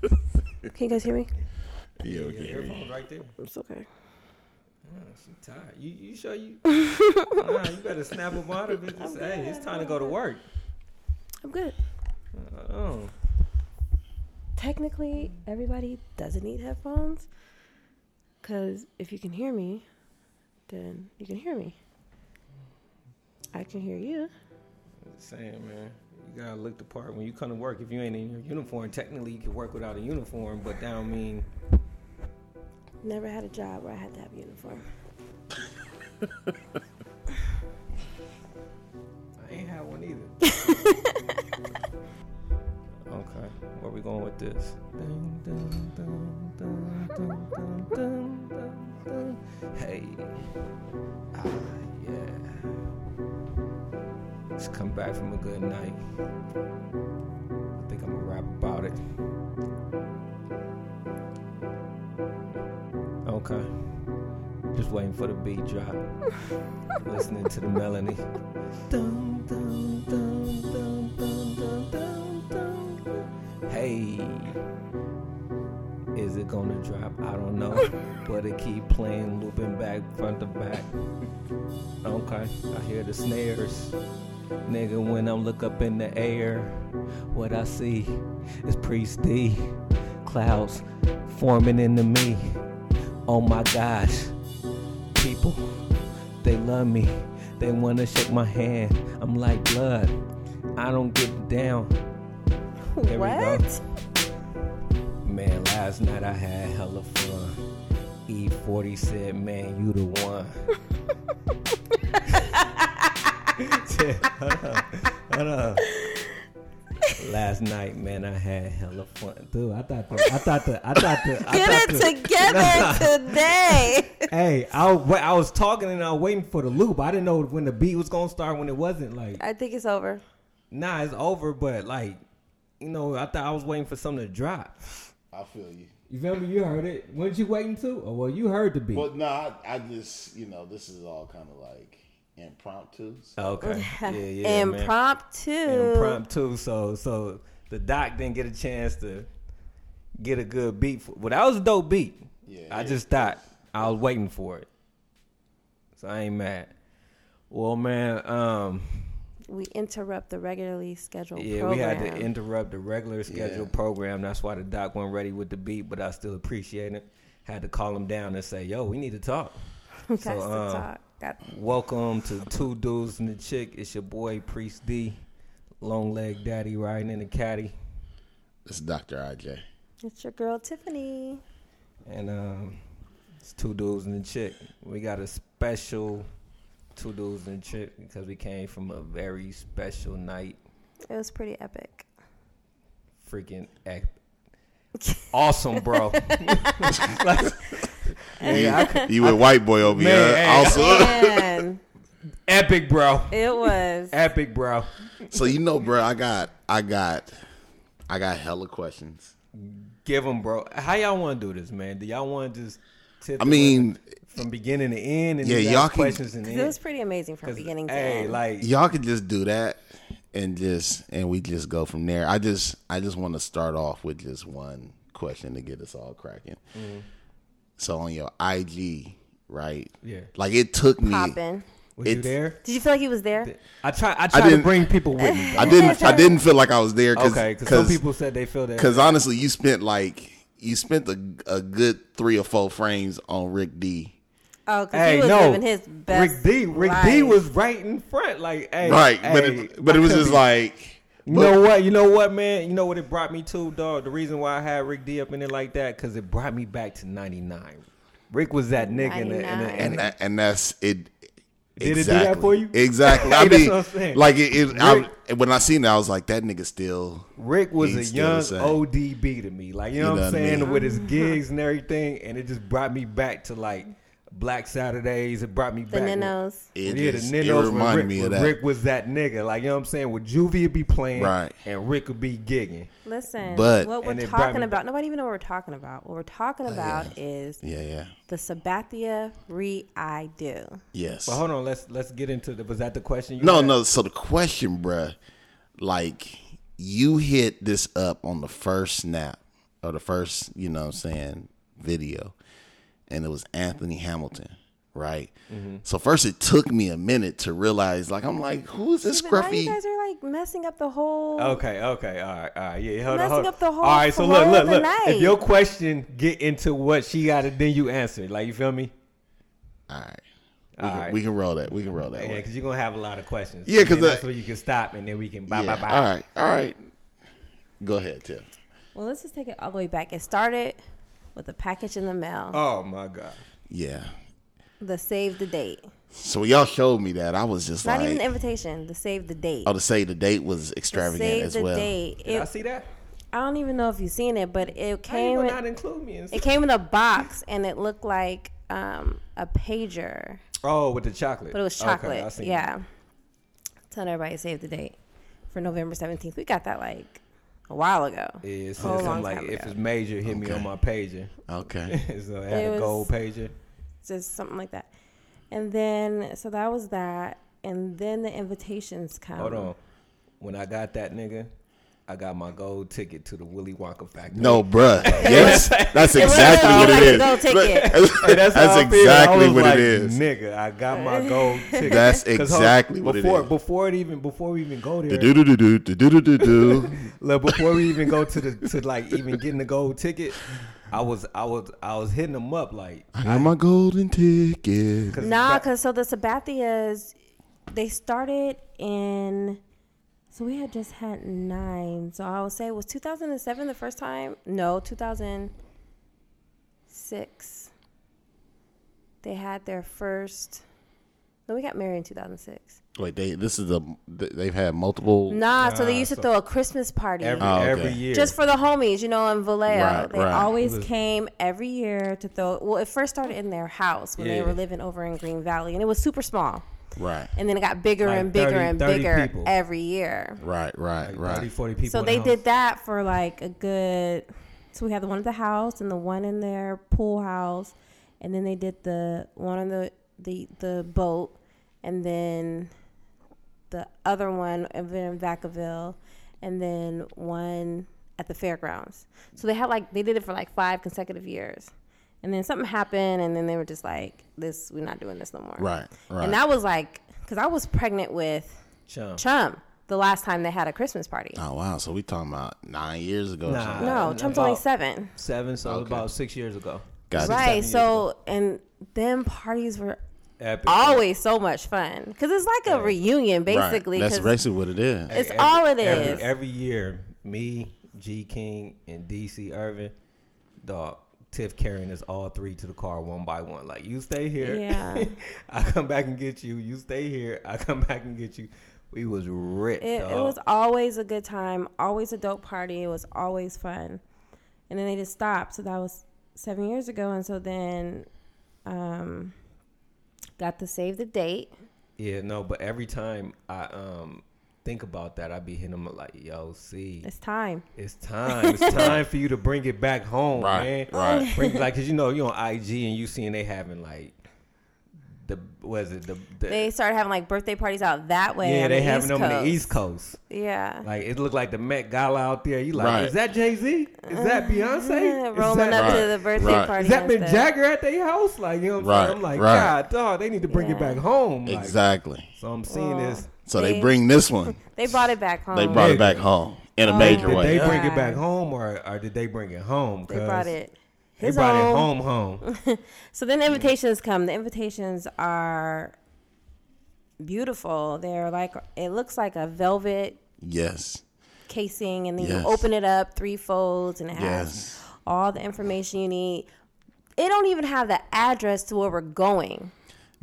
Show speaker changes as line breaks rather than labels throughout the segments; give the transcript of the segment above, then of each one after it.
Can you guys hear me?
Yeah,
Your
okay.
earphones right there.
It's okay.
Oh, she tired. You you sure you? nah, you better snap them out of it. Just, hey, it's time to go to work.
I'm good.
Oh,
Technically, everybody doesn't need headphones. Because if you can hear me, then you can hear me. I can hear you.
I'm just saying, man. You gotta look the part when you come to work. If you ain't in your uniform, technically you can work without a uniform, but that don't mean
Never had a job where I had to have a uniform.
I ain't had one either. okay, where we going with this? Dun, dun, dun, dun, dun, dun, dun, dun, dun. Hey, ah, yeah. Let's come back from a good night. I think I'm gonna rap about it. Okay. Just waiting for the beat drop. Listening to the melody. Dum, dum, dum, dum, dum, dum, dum, dum. Hey, is it gonna drop? I don't know, but it keep playing, looping back, front to back. Okay, I hear the snares, nigga. When I look up in the air, what I see is Priest D, clouds forming into me. Oh my gosh, people, they love me. They wanna shake my hand. I'm like blood. I don't get down. There we go.
what?
Man, last night I had hella fun. E40 said, man, you the one. Yeah, hold up, hold up. Last night, man, I had hella fun. Dude, I thought the, I thought the, I thought the, I thought
Get
the,
it together today.
Hey, I, wa- I was talking and I was waiting for the loop. I didn't know when the beat was gonna start, when it wasn't. Like,
I think it's over.
nah, it's over. But like, you know, I thought I was waiting for something to drop.
I feel you.
You remember you heard it? What you waiting to? Oh well, you heard the beat.
But no, I, I just you know this is all kind of like impromptu. So
Okay. Yeah, yeah. man.
Impromptu.
Impromptu. So so the doc didn't get a chance to get a good beat. For, well, that was a dope beat.
Yeah,
I
yeah.
just thought I was waiting for it. So I ain't mad. Well, man, um,
We interrupt the regularly scheduled
yeah, we
program.
had to interrupt the regular scheduled
Yeah.
program. That's why the doc wasn't ready with the beat, but I still appreciate it. Had to call him down and say, "Yo, we need to talk."
We got to
uh,
talk. Got-
Welcome to Two Dudes and a Chick. It's your boy Priest D, long leg daddy riding in the caddy.
it's Doctor IJ.
it's your girl Tiffany.
And um, it's two dudes and a chick. We got a special two dudes and a chick because we came from a very special night.
It was pretty epic.
Freaking ec- awesome, bro. Like, yeah, I could-
You with white boy over
Man,
here?
hey.
Also,
Man,
epic, bro.
it was.
Epic, bro.
so you know, bro, I got, I got, I got hella questions.
Give them, bro. How y'all want to do this, man? Do y'all want to just tip
I
it
mean,
from beginning to end and
Yeah,
then
y'all
ask
can-
questions and
It was
end?
pretty amazing from beginning to
hey,
end.
like
y'all could just do that and just and we just go from there. I just, I just want to start off with just one question to get us all cracking. So on your IG, right?
Yeah.
Like it took me.
Popping.
was you
it's-
there?
Did you feel like he was there?
I try. I try to
didn't-
bring people with me.
I didn't. I didn't feel like I was there. Cause,
Okay, because some
'cause-
people said they feel that.
Because honestly, you spent like you spent a, a good three or four frames on Rick D.
Oh, because
hey,
he was
no,
living his best
Rick D, Rick
life.
D was right in front, like hey,
Right, but
hey,
it, but it was
I
just
couldn't-
like
you know what, you know what, man, you know what it brought me to, dog. The reason why I had Rick D up in it like that because it brought me back to '99. Rick was that nigga, in the, in the,
99.
in
and
the,
that, and that's it.
Did it do that for you?
Exactly. I
That's
mean,
what I'm saying.
like it. it I, when I seen that, I was like, that nigga still.
Rick was a
He's still
young
the same.
ODB to me, like you, know, what I'm
know what I
saying,
mean?
with his gigs and everything, and it just brought me back to like Black Saturdays. It brought me
the
back.
Ninos.
It,
yeah,
just-
the
it
Ninos when
reminded
Rick,
me of
when
that.
Rick was that nigga, like you know what I'm saying. With Juvie would be playing,
Right.
and Rick would be gigging.
Listen,
But- Oh,
what we're
And it brought
talking
me
about, nobody even know what we're talking about. What we're talking about is
yeah, yeah,
the Sabathia re I do.
yes.
But hold on, let's let's get into the. Was that the question? You
No,
had?
no. So the question, bruh, like you hit this up on the first snap or the first, you know what I'm saying, video. And it was Anthony Hamilton, right?
Mm-hmm.
So first it took me a minute to realize like I'm like, who is this
But now
scruffy?
you guys are like messing up the whole.
Okay, okay, all right, all right, yeah, hold on,
Messing
hold on.
up the whole
all right, so look,
flow
look,
of the
look.
night.
If your question get into what she got it, then you answer. it. Like you feel me?
All right. We,
All
can,
right.
we can roll that. We can roll that.
Yeah,
way.
because you're gonna have a lot of questions.
Yeah, 'cause
And then that's
I-
where you can stop, and then we can bye
Yeah,
bye bye.
All right. All right. Go ahead, Tiff.
Well, let's just take it all the way back. It started with a package in the mail.
Oh my god.
Yeah.
the save the date.
So when y'all showed me that I was just
Not
like
even the invitation. The save the date.
Oh, to say the date was
The
extravagant
save
as
the
well.
date.
Did I
It,
see that?
I don't even know if you've seen it, but it
How you
came.
gonna
In,
not include me? In
it came in a box, and it looked like um, a pager,
oh, with the chocolate.
but it was
Okay, I
chocolate.
seen
yeah. Telling everybody to save the date for November seventeenth. We got that like a while ago.
it. Yeah, it said
Oh, a long
something like
time
if
ago.
it's major, hit me
Okay.
on my pager.
Okay.
so I had
It
a
was-
gold pager.
just something like that. And then so that was that, and then the invitations come.
Hold on. When I got that nigga, I got my gold ticket to the Willy Wonka factory.
No, bruh. Yes, that's exactly
It
what it is.
wasn't like a gold ticket.
Hey, that's how
That's
I feel. I
exactly
was
what
like,
it is.
nigga. I got my gold ticket.
That's
'Cause hold-
exactly what it
before,
is.
Before it even before we even go there,
Do do do do do do do do.
Look, before we even go to the to like even getting the gold ticket, I was I was I was hitting them up like
I got my golden ticket.
Nah, cause so the Sabathias, they started in. So we had just had nine. So I would say it was 2007 the first time. No, 2006. They had their first. No, we got married in 2006.
Wait, they this is a they've had multiple.
Nah, so they
Nah,
used to
so-
throw a Christmas party.
every
Oh, okay.
every year.
just for the homies, you know, in Vallejo.
Right,
they
right.
always
Was-
came every year to throw. Well, it first started in their house when they
Yeah.
were living over in Green Valley, and it was super small.
Right,
And then it got bigger
Like
and bigger
30
and
30
bigger
people.
every year.
right, right,
like
right.
30, 40 people.
So
in
they
the
did
house.
that for like a good. So we had the one at the house and the one in their pool house, and then they did the one on the the the boat, and then the other one over in Vacaville, and then one at the fairgrounds. So they had like they did it for like five consecutive years, and then something happened, and then they were just like, "This we're not doing this no more."
Right, right.
And that was like because I was pregnant with
Chum.
Chum the last time they had a Christmas party.
Oh wow! So we talking about nine years ago? Or
Nah.
something.
No,
Uh, and
Trump's
about-
only seven.
Seven, so it was
Okay.
about six years ago.
Got it.
Right.
seven
So and them parties were
Epic.
always so much fun because it's like a reunion basically.
Right. That's
'cause
basically what it is.
it's all it is.
Every, every year, me, G King, and DC Irvin, dog, Tiff carrying us all three to the car one by one. Like you stay here,
Yeah.
I come back and get you. You stay here, I come back and get you. We was ripped.
it, it
dog.
was always a good time. Always a dope party. It was always fun. And then they just stopped. So that was seven years ago. And so then, um, got to save the date.
Yeah, no, but every time I um think about that, I be hitting them like, "Yo, see,
It's time.
it's time. It's time for you to bring it back home,
Right,
man.
right.
Bring, like, cause you know you on IG and you seeing they having like the was it the, the
They started having like birthday parties out that way.
yeah
on
they
the
having
East
them on
Coast.
the East Coast.
Yeah.
Like it looked like the Met Gala out there. You like,
Right.
is that Jay Z? Is that Beyonce? Is
Uh-huh. Rolling
that,
up
Right,
to the birthday
right.
party.
Is that
and
Mick
stuff.
Jagger at their house? Like, you know what I'm saying? I'm
Right,
like,
right.
God, dog, they need to bring it
Yeah.
back home. Like,
Exactly.
So I'm seeing
Well,
this.
So they
They-
bring this one.
They brought it back home.
They brought
Nigga.
it back home in a
Oh.
major
Did
Did
way.
they bring
Yeah.
it back home or, or did they bring it home?
They
'Cause
brought it.
they
His
brought
own.
it home home.
So then the invitations come. The invitations are beautiful. They're like it looks like a velvet
Yes.
casing, and then
Yes.
you open it up three folds, and it has
Yes.
all the information you need. It don't even have the address to where we're going.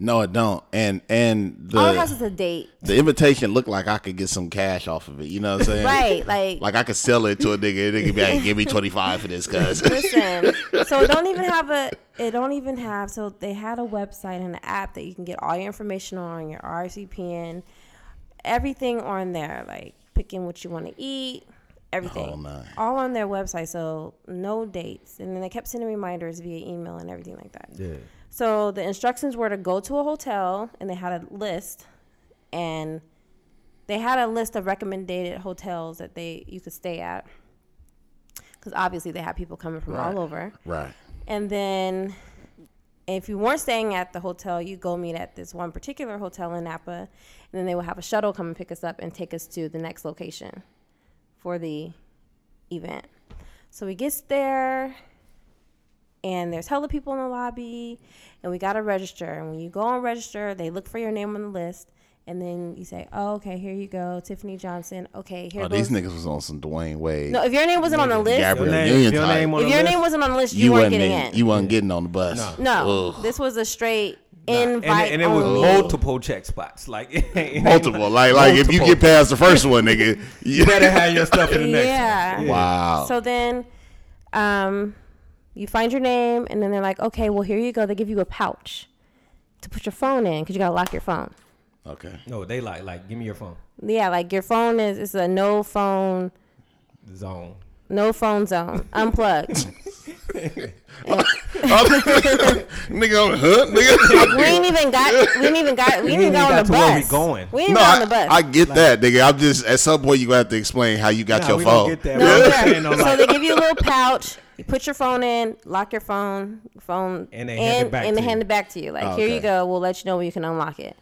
No, it don't. And and
all it has
the
is a date,
the invitation looked like I could get some cash off of it. You know what I'm saying?
right? Like,
Like I could sell it to a nigga. and They could be like, "Give me twenty five for this, cuz."
listen. so it don't even have a. It don't even have. So they had a website and an app that you can get all your information on your RCPN, everything on there, like picking what you want to eat, everything,
whole nine.
all on their website. So no dates, and then they kept sending reminders via email and everything like that.
Yeah.
So the instructions were to go to a hotel, and they had a list, and they had a list of recommended hotels that they you could stay at. because obviously they have people coming from
Right.
all over.
Right.
And then if you weren't staying at the hotel, you go meet at this one particular hotel in Napa, and then they will have a shuttle come and pick us up and take us to the next location for the event. So we gets there and there's hella people in the lobby and we gotta register. And when you go and register, they look for your name on the list and then you say, Oh, okay, here you go, Tiffany Johnson. Okay, here
Oh,
goes
these niggas was on some Dwayne Wade.
No, if your name wasn't on the list,
Gabrielle
Your name,
Union's
your
hot.
name on
if
the
your
list?
name wasn't on the list, you,
you
weren't
wasn't
getting
in-
in.
you wasn't getting on the bus.
No,
Ugh.
this was a straight
and,
invite.
and it was
only.
multiple check spots. Like it ain't-
Multiple. Like like if you
Multiple.
get past the first one, nigga. You
better have your stuff in the next.
yeah.
Wow.
So then, um, you find your name, and then they're like, "Okay, well here you go." They give you a pouch to put your phone in because you gotta lock your phone.
okay.
No, they like like give me your phone.
Yeah, like your phone is it's a no phone,
Zone.
no phone zone, unplugged.
nigga, huh? Nigga.
we ain't even got, we ain't even got, we ain't even got on
got
the
to where we
bus.
going.
We ain't
No,
got on
I,
the bus.
I get that, nigga. I'm just at some point you gonna have to explain how you got
Nah,
your
we don't
phone.
get that.
No,
We're
yeah.
not saying no
so
like-
they give you a little pouch. You put your phone in, lock your phone, phone,
And they hand it back
and
to
they hand
you.
it back to you. Like
Oh,
here you
okay.
go. We'll let you know when you can unlock it.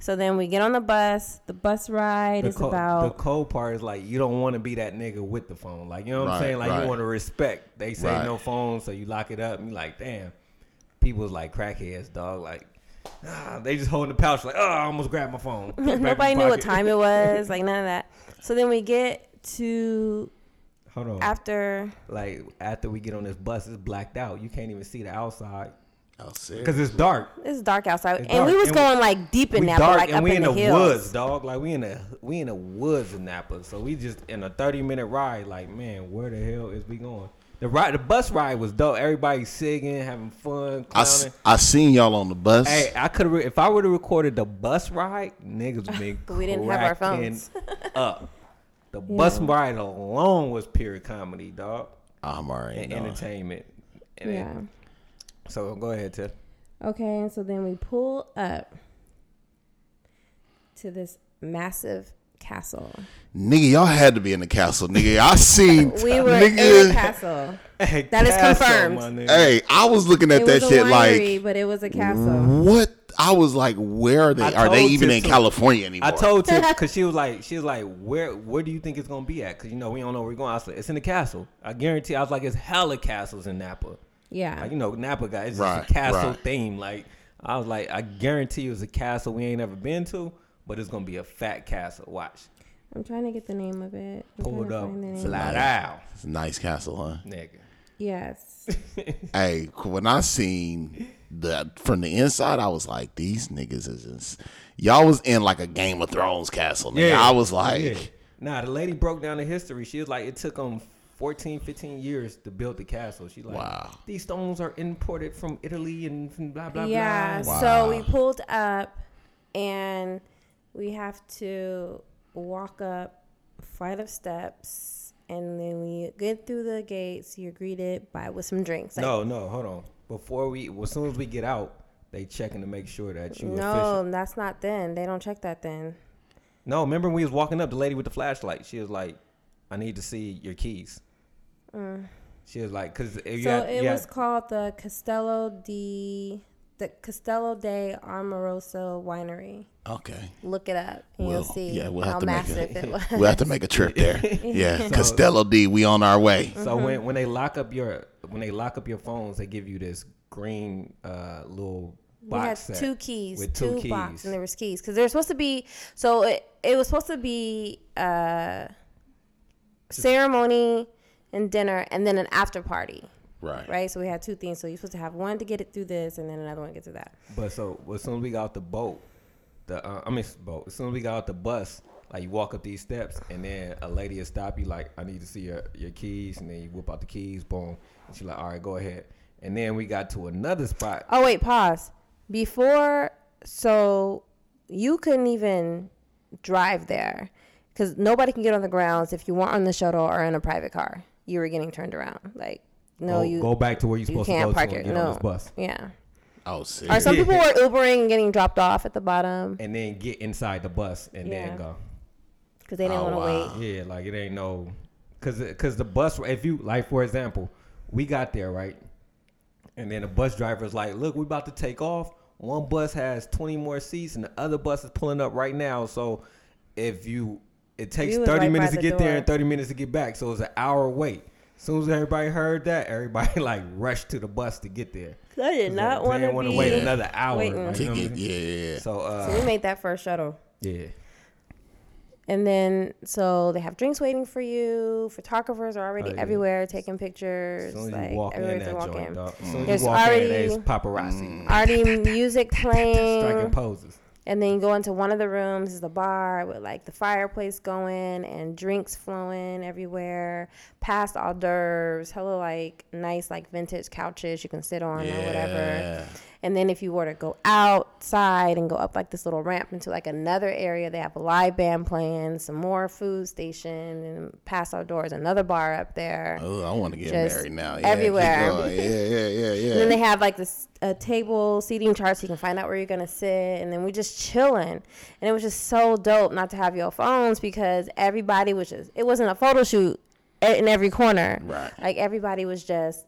So then we get on the bus. The bus ride
The,
is
co- the
about
cold part is like you don't want to be that nigga with the phone. Like you know what
Right,
I'm saying? Like
right.
you want to respect. They say
Right.
no phone, so you lock it up. And you like, damn, people's like crackheads, dog. Like, ah, they just holding the pouch. Like, oh, I almost grabbed my phone. Back in
nobody
my
knew what
pocket.
time it was. Like none of that. So then we get to
Hold on.
after.
like after we get on this bus, it's blacked out. You can't even see the outside
Oh, serious?
because it's dark.
It's dark outside,
It's
and we
dark,
was
and we-
going like deep in
We
Napa,
dark
like
and
up
we
in,
in the,
hills.
woods, dog. Like we in the we in the woods in Napa, so we just in a thirty minute ride. Like man, where the hell is we going? The ride, the bus ride was dope. Everybody singing, having fun,
I, s-
clowning.
I seen y'all on the bus.
hey, I could re- if I would have recorded the bus ride, niggas been
We didn't have our
cracking
phones.
up. The bus ride alone was pure comedy, dog,
I'm already
and
knowing.
entertainment. And it-
Yeah.
so go ahead, Tiff.
Okay, and so then we pull up to this massive castle.
Nigga, y'all had to be in the castle, nigga. I seen
We were in a
nigga.
castle.
Hey,
That is
Castle,
confirmed.
my nigga.
hey, I was looking at
It
that
was a
shit
winery,
like Mm-hmm.
but it was a castle.
what I was like, where are they?
I
Are they
told
even
you
in
to.
California anymore?
I told Tiff because she was like, she was like, where where do you think it's gonna be at? Because you know we don't know where we're going. I said it's in the castle. I guarantee. I was like, it's hella castles in Napa.
Yeah.
Like you know Napa guys, it's
Right,
just a castle
right.
theme. Like I was like, I guarantee it was a castle we ain't ever been to, but it's gonna be a fat castle. Watch,
I'm trying to get the name of it. I'm
pulled
trying
up,
to find the name.
slide out,
It's a nice castle, huh?
nigga.
Yes.
hey, when I seen the from the inside, I was like, these niggas is just, y'all was in like a Game of Thrones castle. Nigga. I was like,
Yeah. nah. The lady broke down the history. She was like, it took them 14, 15 years to build the castle. She like,
Wow.
these stones are imported from Italy and from blah blah blah.
yeah. So we pulled up and we have to walk up a flight of steps and then we get through the gates, you're greeted by with some drinks. Like,
No, no, hold on. Before we, well, as soon as we get out, they checking to make sure that you
no,
official.
that's not then. They don't check that then.
No, remember when we was walking up, the lady with the flashlight, she was like, "I need to see your keys." She was like, "Cause if you
Mm. So
had,
it
you had-
was called the Castello di the Castello de Amoroso Winery.
okay,
Look it up, and
We'll-
you'll see
yeah, we'll
how
have to make it.
massive it was.
we'll have to make a trip there. Yeah, Costello D, we on our way.
so
mm-hmm.
when when they lock up your when they lock up your phones, they give you this green uh little
We had
box set
two keys,
with
two,
two, keys.
box, and there was keys because they were supposed to be. So it, it was supposed to be uh, ceremony and dinner, and then an after party,
Right.
right? So we had two things. So you're supposed to have one to get it through this, and then another one to get to that.
But so well, as soon as we got off the boat, the uh, I mean s- boat. As soon as we got off the bus, like you walk up these steps, and then a lady will stop you like, "I need to see your your keys," and then you whip out the keys, boom, and she's like, "All right, go ahead." And then we got to another spot.
Oh wait, pause. Before, so you couldn't even drive there because nobody can get on the grounds if you weren't on the shuttle or in a private car. You were getting turned around. Like no,
go,
you
go back to where you're
you
supposed to
can't
go
park
to
it.
and get on
No,
this bus,
yeah.
Oh,
Or
serious.
some people were Ubering and getting dropped off at the bottom
and then get inside the bus and
Yeah.
then go.
because they didn't
Oh,
want to
wow.
wait.
Yeah, like it ain't no. Cause, cause the bus. If you like, for example, we got there right, and then the bus driver's like, "Look, we about to take off. One bus has twenty more seats, and the other bus is pulling up right now. So, if you, it takes
We was
thirty
right
minutes
by
to
the
get there
door.
and thirty minutes to get back. So it's an hour wait. As soon as everybody heard that, everybody like rushed to the bus to get there.
I did not
They
want
didn't
to
wanna
be.
wait another hour.
waiting.
like, you know
Ticket,
what I
yeah,
mean?
yeah, yeah.
So, uh,
So we made that first shuttle.
yeah.
And then, so they have drinks waiting for you. Photographers are already
Oh, yeah.
everywhere taking
As
pictures.
soon as
like
you walk in
everywhere
that
walk
joint,
in.
dog. As soon as
There's
you walk
already-
in, there's paparazzi
Already music
striking
playing.
poses.
And then you go into one of the rooms, this is the bar with like the fireplace going and drinks flowing everywhere. Past hors d'oeuvres, hella like nice like vintage couches you can sit on or whatever.
Yeah.
And then if you were to go outside and go up like this little ramp into like another area, they have a live band playing, some more food station, and past outdoors, another bar up there.
Oh, I want to get
Just
married now. Yeah, keep
everywhere.
going. Yeah, yeah, yeah, yeah.
And then they have like this a table seating chart so you can find out where you're gonna sit. And then we just chilling, and it was just so dope not to have your phones because everybody was just it wasn't a photo shoot a- in every corner.
Right.
Like everybody was just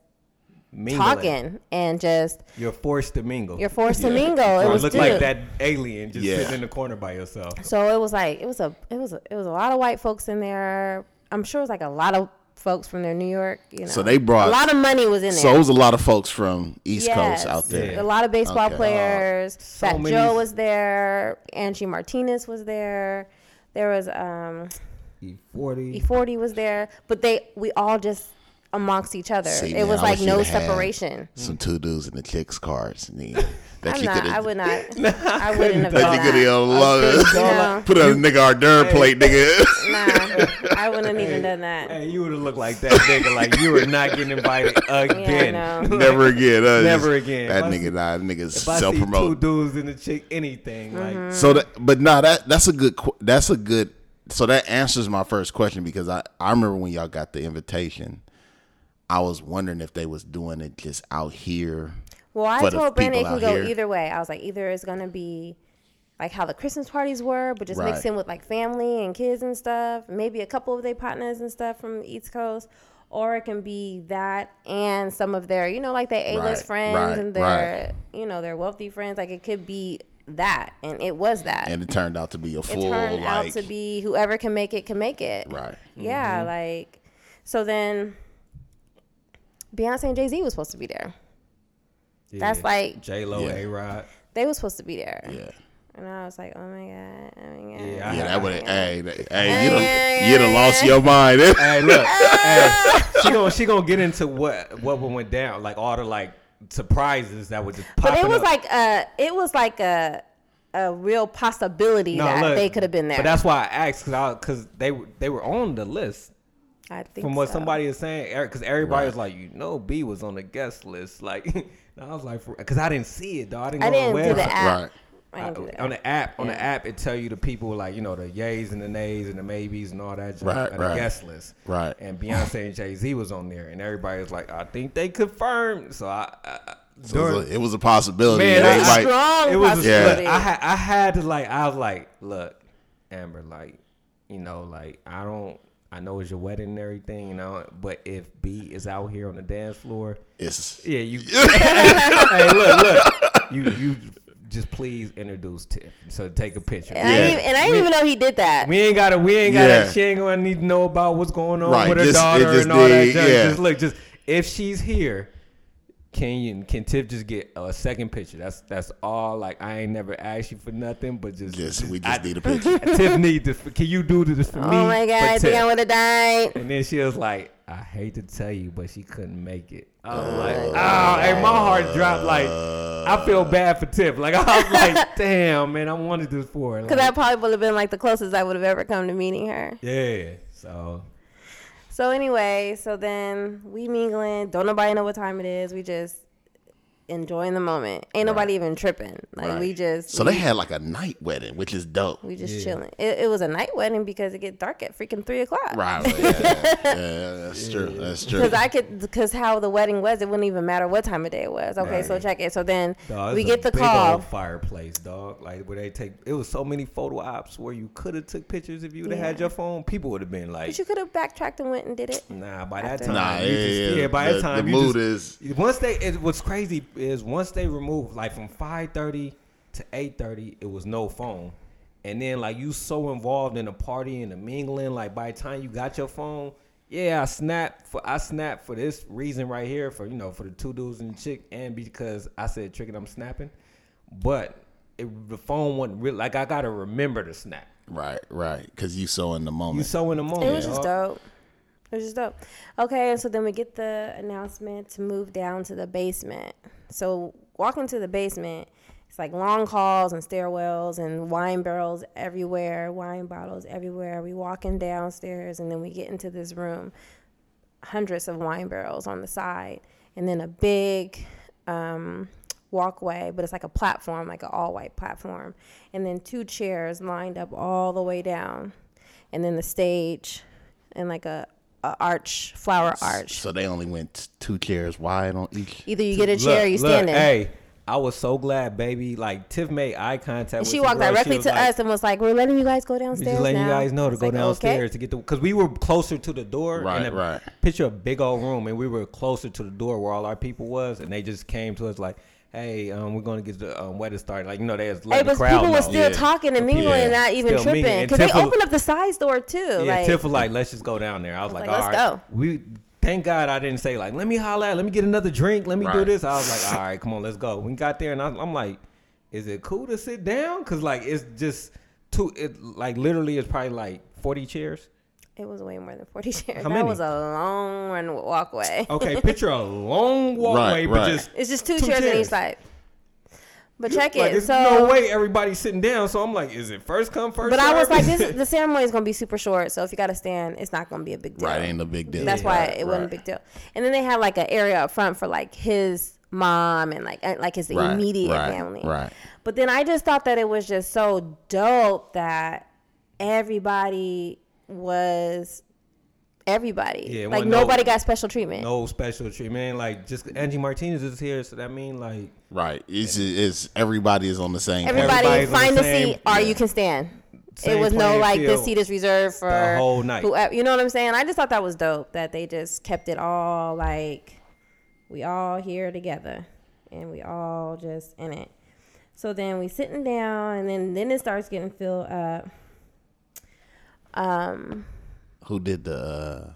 Mingling.
talking and just
You're forced to mingle.
you're forced to
Yeah.
mingle. It
Or
was
look
dope.
like that alien just
Yeah.
sitting in the corner by yourself.
So it was like it was a it was a, it was a lot of white folks in there. I'm sure it was like a lot of folks from their New York. You know,
So they brought-
a lot of money was in there.
so it was a lot of folks from East
Yes.
Coast out there.
A
Yeah.
lot of baseball
Okay.
players. Fat
many-
Joe was there. Angie Martinez was there. There was um, E
E40.
forty was there. But they we all just amongst each other.
See,
it
man,
was
I
like
wish you'd
no
have had
separation.
Some two dudes in the chicks cards. nigga, That
I'm
you
not.
could
I
have
would not. I wouldn't have
that you could
done that.
have loved it.
No.
Put on a nigga hors d'oeuvre plate, nigga.
Nah, I wouldn't have even done that.
Hey, you would have looked like that nigga. Like you were not getting invited again.
Yeah, no.
Never again. uh,
Never
just-
again.
That
If I see-
nigga, nah, that nigga's
If I see
self
two
promote.
dudes in the chick, anything
Mm-hmm.
like
So, that, but no, that that's a good. qu- That's a good. So that answers my first question because I I remember when y'all got the invitation, I was wondering if they was doing it just out here.
Well, I
for the
told Brandon it
people
can
out
go
here.
either way. I was like, either it's gonna be like how the Christmas parties were, but just
Right.
mixed in with like family and kids and stuff. Maybe a couple of their partners and stuff from the East Coast, or it can be that and some of their, you know, like their A list
Right,
friends
right,
and their, you know, their wealthy friends. Like it could be that, and it was that.
And it turned out to be a
it
full
turned out
like
to be whoever can make it can make it.
right. Mm-hmm.
Yeah, like so then Beyonce and Jay Z was supposed to be there. That's like
J Lo,
Yeah.
A Rod.
they were supposed to be there.
Yeah.
And I was like, oh my God, oh my God.
Yeah, I-
Yeah, that would have. Hey, that-
Hey,
hey, you done,
hey,
you done
hey.
lost your mind.
Hey, look, hey, she gonna she gonna get into what what went down, like all the like surprises that would just pop.
but it was
up.
like a, it was like a, a real possibility that
look,
they could have been there.
But that's why I asked because they were- they were on the list
I think
from what
so.
somebody is saying. Because everybody was like, you know, B was on the guest list. Like, and I was like, because I didn't see it, dog. I didn't,
I
go
didn't
to
do the
website.
app.
Right.
I didn't do
on
that.
the app, on the
Yeah.
app, it tell you the people like you know the yays and the nays and the maybes and all that. junk
Right,
on The
right.
guest list.
Right.
And Beyonce and Jay Z was on there, and everybody was like, I think they confirmed. So I, I I-
It was a, it was a possibility. It
Man, I-
was
I-
like-
Strong
it was
Yeah.
look,
possibility.
I had I had to like I was like, look, Amber, like, you know, like I don't I know it's your wedding and everything, you know, but if B is out here on the dance floor,
it's
yeah, you Hey, look, look. You you just please introduce Tiff. So take a picture.
and, I
Yeah.
didn't, even- and I didn't even know he did that.
We ain't gotta we ain't gotta
Yeah.
she ain't gonna need to know about what's going on
Right,
with her
just- it
daughter
just
and all that
did,
junk.
yeah.
Just look, just if she's here, can you can Tiff just get a second picture? That's that's all. Like I ain't never asked you for nothing, but just,
just we just
I-
need a picture.
Tiff need this. Can you do this for me?
oh my God, I
for Tiff?
think I would have died.
And then she was like, I hate to tell you, but she couldn't make it. I was like,
Uh,
oh, and my heart dropped. Like, I feel bad for Tiff. Like, I was like, damn, man, I wanted this for her.
Because I
Like,
probably would have been like the closest I would have ever come to meeting her.
yeah. So,
So anyway, so then we mingling. Don't nobody know what time it is. We just enjoying the moment. Ain't nobody even tripping. Like we
Right.
just
So they had like a night wedding, which is dope.
we just chilling. It, it was a night wedding because it get dark at freaking three o'clock.
Right. Yeah, yeah, that's true. That's true.
Because I could, because how the wedding was, it wouldn't even matter what time of day it was. Okay, so check it. So then
Dawg, it's
we
a
get the
big
call.
old fireplace, dog. Like where they take. It was so many photo ops where you could have took pictures if you'd have had
Yeah.
your phone. People would have been like,
But you could have backtracked and went and did it.
Nah, by that
After.
time,
Nah,
you
yeah,
just-
yeah.
By
The-
that time,
the
you
mood
just- once they. It, what's crazy is once they removed like from five thirty to eight thirty, it was no phone, and then like you so involved in the party and the mingling, like by the time you got your phone, yeah, I snapped for I snapped for this reason right here for you know for the two dudes and the chick, and because I said trick and I'm snapping, but it, the phone wasn't real. Like I gotta remember to snap.
Right, right. Because you so in the
You
moment.
so in the moment.
It was just
dog.
dope. It was just dope. Okay, and so then we get the announcement to move down to the basement. So walking to the basement, it's like long halls and stairwells and wine barrels everywhere, wine bottles everywhere. We walking downstairs and then we get into this room, hundreds of wine barrels on the side, and then a big um, walkway, but it's like a platform, like an all white platform, and then two chairs lined up all the way down, and then the stage, and like a, a arch, flower arch.
so they only went t- two chairs wide on each.
Either you get a chair, or you stand in.
Hey, I was so glad, baby. Like Tiff made eye contact.
And
with
she
the
walked
girl.
directly
was
to
like,
us and was like, "We're letting you guys go
"We
downstairs
Just letting
now."
you guys know to
It's
go
like,
downstairs
Okay.
to get the because we were closer to the door.
Right,
and a-
right.
Picture a big old room, and we were closer to the door where all our people was, and they just came to us like, "Hey, um, we're gonna get the um, wedding started." Like you know, they was
Hey,
letting
but
the crowd
people
know.
were still
Yeah.
talking and mingling and
Yeah.
not even
Still mingling.
tripping
And
because they
Tiffany-
opened up the side door too.
Yeah,
like,
Tiff was like, let's just go down there. I was, like,
like,
all
let's
right.
go.
We thank God I didn't say like, let me holler, at- let me get another drink, let me do
Right.
this. I was like, all right, come on, let's go. We got there and I, I'm like, is it cool to sit down? Cause like it's just two. It like literally it's probably like 40 chairs.
it was way more than forty chairs. that
How many?
was a long run walkway.
Okay, picture a long walkway,
Right,
but
right.
just
It's just two,
Two
chairs, on each
chairs.
side. But check
like
it.
it's
So,
no way everybody's sitting down. So I'm like, is it first come first?
but I was like,
served?
this the ceremony is gonna be super short. So if you gotta stand, it's not gonna be a big deal.
Right, ain't no big deal.
That's why
Right,
it wasn't a
right.
big deal. And then they had like an area up front for like his mom and like and, like his
Right,
immediate
right,
family.
right.
But then I just thought that it was just so dope that everybody was everybody.
Yeah, it
like
wasn't no-
nobody got special treatment.
no special treatment. Like just Angie Martinez is here, so that mean like
Right. It's, it's everybody is on the same. page.
Everybody
Everybody's on
find
the
a
same-
seat or you can stand.
Same
it was no
playing
like this
field
seat is reserved for
the whole night.
whoever. You know what I'm saying? I just thought that was dope that they just kept it all like we all here together and we all just in it. So then we sitting down and then then it starts getting filled up. Um,
Who did the uh,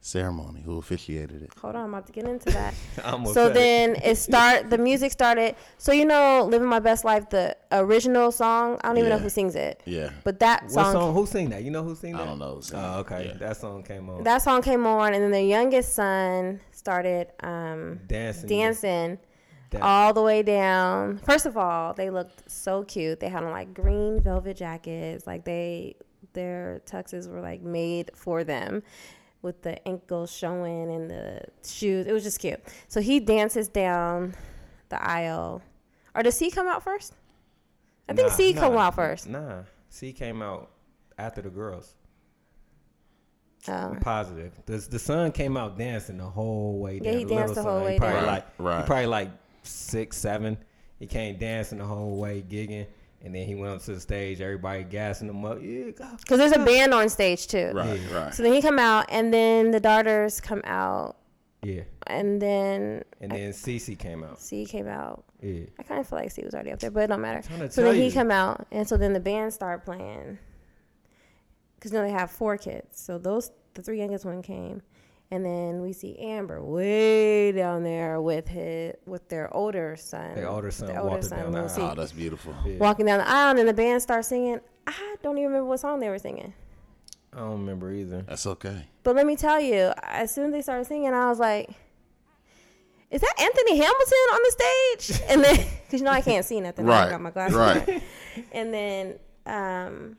ceremony? Who officiated it?
hold on, I'm about to get into that.
I'm
so
upset.
then it start the music started. So you know, living my best life, the original song. I don't even know
Yeah.
who sings it.
Yeah.
But that
What
song,
song? Who sing that? You know who sing
I
that?
don't know. So,
Oh, okay.
yeah.
That song came on.
that song came on, and then their youngest son started um,
dancing.
dancing
That-
all the way down. First of all, they looked so cute. They had on like green velvet jackets, like they their tuxes were like made for them, with the ankles showing and the shoes. It was just cute. So he dances down the aisle, or does he come out first? I think
Nah,
C come
nah,
out first.
Nah. C came out after the girls.
Oh.
I'm Positive. The, the son came out dancing the whole way down.
Yeah, he
little
danced the
son,
whole
he
way
probably
down.
Like,
Right,
He
right.
probably like six, seven. He came dancing the whole way, gigging. And then he went up to the stage. Everybody gassing him up. Yeah, go.
Because there's a band on stage too.
Right. Right.
So then he come out, and then the daughters come out,
Yeah.
and then
And then Cece came out.
C came out.
Yeah.
I kind of feel like C was already up there, but it don't matter.
trying to
So then
tell
he
you.
come out, and so then the band start playing. Cause you know they have four kids, so those the three youngest one came, and then we see Amber way down there with his with their older son.
Their older son walking down the
we'll
aisle.
see,
Oh, that's beautiful.
walking down the aisle, and the band starts singing. I don't even remember what song they were singing.
I don't remember either.
That's okay.
But let me tell you, as soon as they started singing, I was like, "Is that Anthony Hamilton on the stage?" And then, because you know I can't see nothing, I
Right.
got my glasses.
Right.
on. And then um,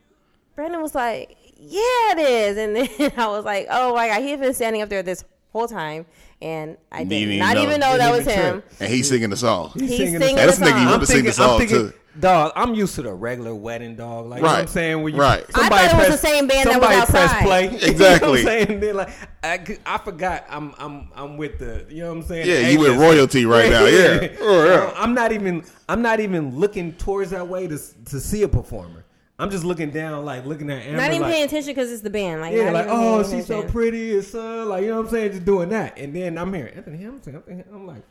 Brandon was like, "Yeah, it is." And then I was like, "Oh my god, he had been standing up there this whole time, and I
Didn't
did
even
not
know.
even know
Didn't
that was
even
him.
trip.
and he's singing the song.
He's
singing
singing,
the
the
song. That's nigga, you
song.
would've- sing the song, too.
dog. I'm used to the regular wedding dog. Like you know what I'm
Right.
saying, when you,
Right. I
thought it was the same band that was
somebody press
outside.
play. You know what I'm
Exactly.
saying? Then, like I, c- I forgot. I'm I'm I'm with the. You know what I'm saying?
Yeah,
The
you with
aliens.
royalty right now. Yeah. Oh, yeah.
No, I'm not even I'm not even looking towards that way to s- to see a performer. I'm just looking down, like looking at Amber,
Not even
like,
paying attention because it's the band. Like
yeah,
not
like
even paying
oh, she's so
attention.
pretty and so like you know what I'm saying, just doing that. And then I'm hearing Anthony Hamilton. I'm, thinking, I'm like,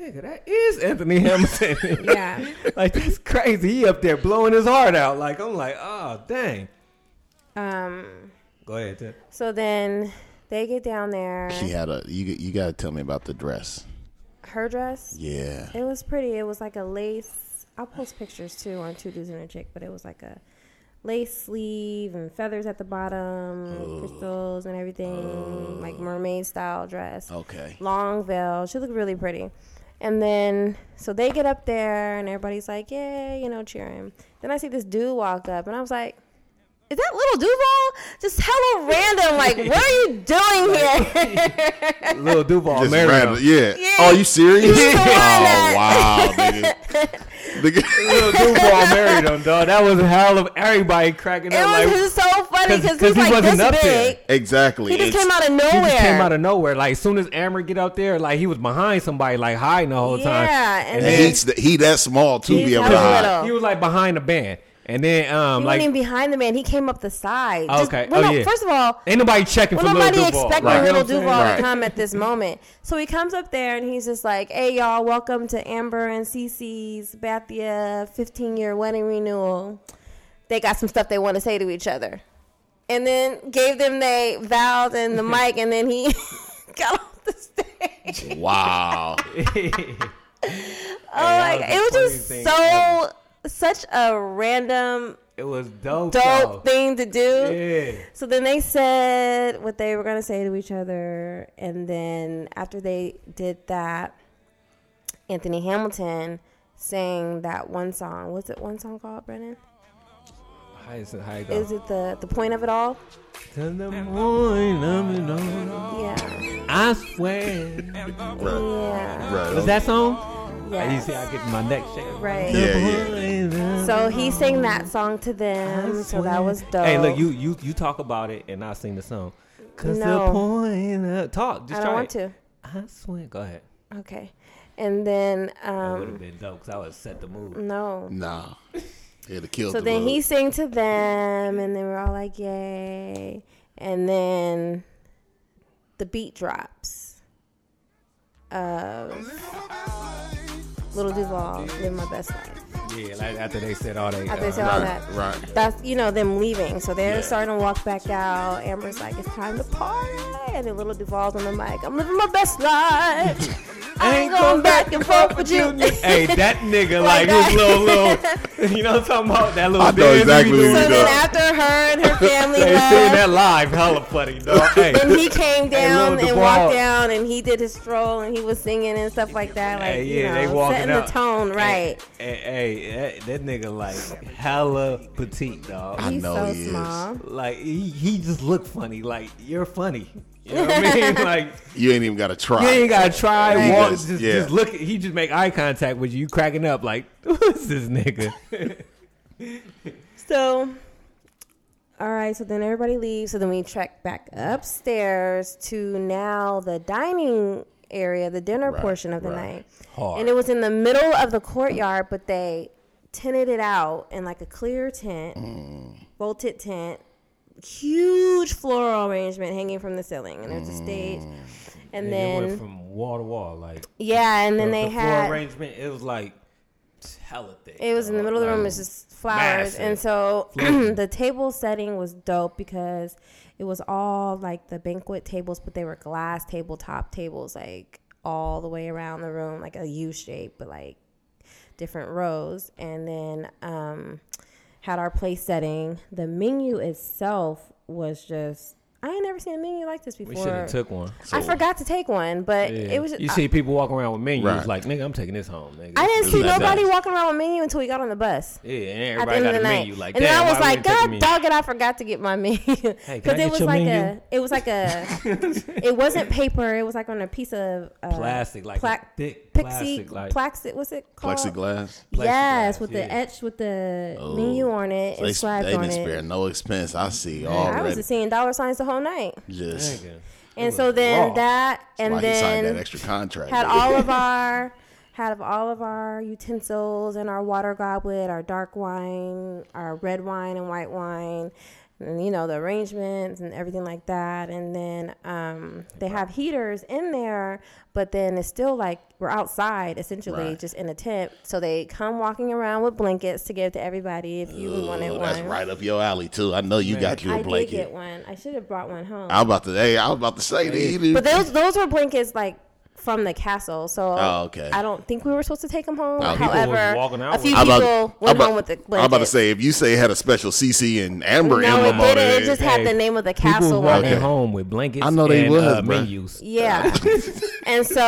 nigga, that is Anthony Hamilton.
Yeah.
like that's crazy. He up there blowing his heart out. Like I'm like, oh dang.
Um.
Go ahead, Tim.
So then they get down there.
She had a you. You gotta tell me about the dress.
Her dress.
Yeah,
It was pretty. It was like a lace. I'll post pictures too on two dudes and a chick, but it was like a lace sleeve and feathers at the bottom, crystals and everything, like mermaid style dress.
Oh.
Okay.
Long veil. She looked really pretty. And then so they get up there and everybody's like, "Yay!" You know, cheering. Then I see this dude walk up, and I was like. Is that little Duval? Just hella random. Like, what are you doing here?
Little Duval,
Just
married
random-
him.
yeah.
Yeah.
Oh, you serious?
He's the one
oh wow,
that-
nigga. Nigga-
Little Duval married him, dog. That was a hell of everybody cracking
It
up.
was
like,
just so funny
'cause-
because
'cause
he's
he
like
wasn't
this
up
big.
there.
exactly.
He just
It's-
came out of
He
nowhere.
just came out of nowhere. Like, soon as Amber get out there, like he was behind somebody, like hiding the whole time.
Yeah, and
and
then-
he's th- he that small to
He's
be able to
hella
hide.
little.
He was like behind the band, and then um,
he
like
wasn't even behind the man. He came up the side.
Oh,
Just-
okay.
well,
Oh,
no,
yeah.
First of all,
ain't nobody checking
well,
for
nobody
Lil Duval.
expected
Right.
Little
You know
Duval
what I'm
to
Right.
come at this moment. So he comes up there and he's just like, "Hey, y'all, welcome to Amber and Cece's Bathia 15-year wedding renewal. They got some stuff they want to say to each other." And then gave them they vows and the mic, and then he got off the stage.
Wow.
saying?
Oh, my
that was
God.
the
it was
funniest
just
thing
so
ever.
such a random
it was dope.
dope
though.
thing to do.
Yeah.
So then they said what they were gonna say to each other, and then after they did that, Anthony Hamilton sang that one song. What's it one song called, Brennan?
How is it? How you
Is
go?
it the the point of it all?
To the moon, let me know.
Yeah,
I swear.
Right.
yeah,
Right.
Was that song? You see,
yeah,
I get my neck shaking.
right.
Yeah,
So he sang that song to them. So that was dope.
Hey, look, you you you talk about it, and I sing the song. Cause the
No.
point of, talk. Just
I
try
don't want
it.
to.
I swear. Go ahead.
Okay, and then
That
um, mm.
would have been dope. Cause I would have set the mood.
No.
Nah. It'd have killed
So
the
then
little-
he sang to them, and then we're all like, "Yay!" And then the beat drops. Of Little Duval, live my best life.
Yeah, like after they said all they.
After they
uh,
said all
Right.
that,
Right.
that's you know them leaving. So they're starting to walk back out. Amber's like, "It's time to party," and then Little Duval's on the mic. I'm living my best life. I ain't going back and forth with you.
hey, that nigga
Like
like
that.
his little little. You know what I'm talking about? That little.
I know
dance he
exactly
doing.
what
So
you
then
know.
after her and her family
They seen
left,
that live, hella funny, dog. Hey,
and he came down
Lil
and
Duval.
walked down and he did his stroll and he was singing and stuff like that. Like,
hey,
you
yeah,
know,
they walking
setting
out.
the tone,
Hey,
right?
Hey, hey, that- that nigga like hella petite, dog.
I
He's
know
so
he is.
small.
Like he, he just looked funny. Like you're funny. You know what I mean? Like
You ain't even gotta try.
you ain't gotta try.
Right.
Walk,
Yes,
just,
yeah.
just look. He just make eye contact with you. You cracking up like who's this nigga?
So, all right. So then everybody leaves. So then we trek back upstairs to now the dining area, the dinner
Right,
portion of the
right.
night.
Hard.
And it was in the middle of the courtyard, but they tented it out in like a clear tent,
Mm.
bolted tent, huge floral arrangement hanging from the ceiling, and there's a stage.
Mm.
And
it
then
went from wall to wall. Like
Yeah, and then
the,
they
the floor
had
arrangement. It was like hella thick.
it was in the
dog.
middle of the
Like,
room. It's just flowers,
Oh, massive.
and so
Floating.
the table setting was dope because it was all like the banquet tables, but they were glass tabletop tables, like all the way around the room, like a U shape, but like different rows, and then um, had our place setting. The menu itself was just. I ain't never seen a menu like this
We
before.
should have took one.
I forgot to take one, but
Yeah.
it was.
you see people walking around with menus
Right.
like, nigga, I'm taking this home, nigga.
I didn't see
Like that.
nobody walking around with menu until we got on the bus.
Yeah, and
At the
everybody
end
got
of
a
the night,
menu like
and
that.
then I was like,
God,
"God dog it! I forgot to get my menu because
Hey, can I get
it was
your
like
menu?
a, it was like a, it wasn't paper. It was like on a piece of uh,
plastic, like
pla-
thick
pixie,
plastic, like
plastic. What's it called?
Plexiglass.
Yes,
Plexiglass,
with the
yeah.
etched with the
Oh.
menu on it
They,
and swag
they
on
didn't spare
it.
no expense. I see
I was
already.
just seeing dollar signs the whole night,
Just
Nigga.
and so then
raw.
that, and
why he signed that
then
extra contract.
had
nigga.
all of our had of all of our utensils and our water goblet, our dark wine, our red wine and white wine, and you know the arrangements and everything like that. And then um, they have heaters in there, but then it's still like we're outside essentially,
Right.
just in a tent. So they come walking around with blankets to give to everybody if you wanted
Ooh,
one.
that's right up your alley too. I know you got you
I
a
did get
blanket.
one. I should have brought one home.
I'm about to. Hey, I was about to say that you do.
But those those were blankets like from the castle, so
Oh, okay.
I don't think we were supposed to take them home.
Oh, people
was
However,
walking out
a few
with-
I'm
people
about-
went
I'm about-
home with the blanket.
I'm about to say if you say it had a special CC and Amber
no, it
emblem on
didn't.
it,
It just
Hey,
had the name of the
People
castle on
walking
Okay.
it.
home with blankets.
I know they
and,
was,
uh,
bruh.
menus.
Yeah, and so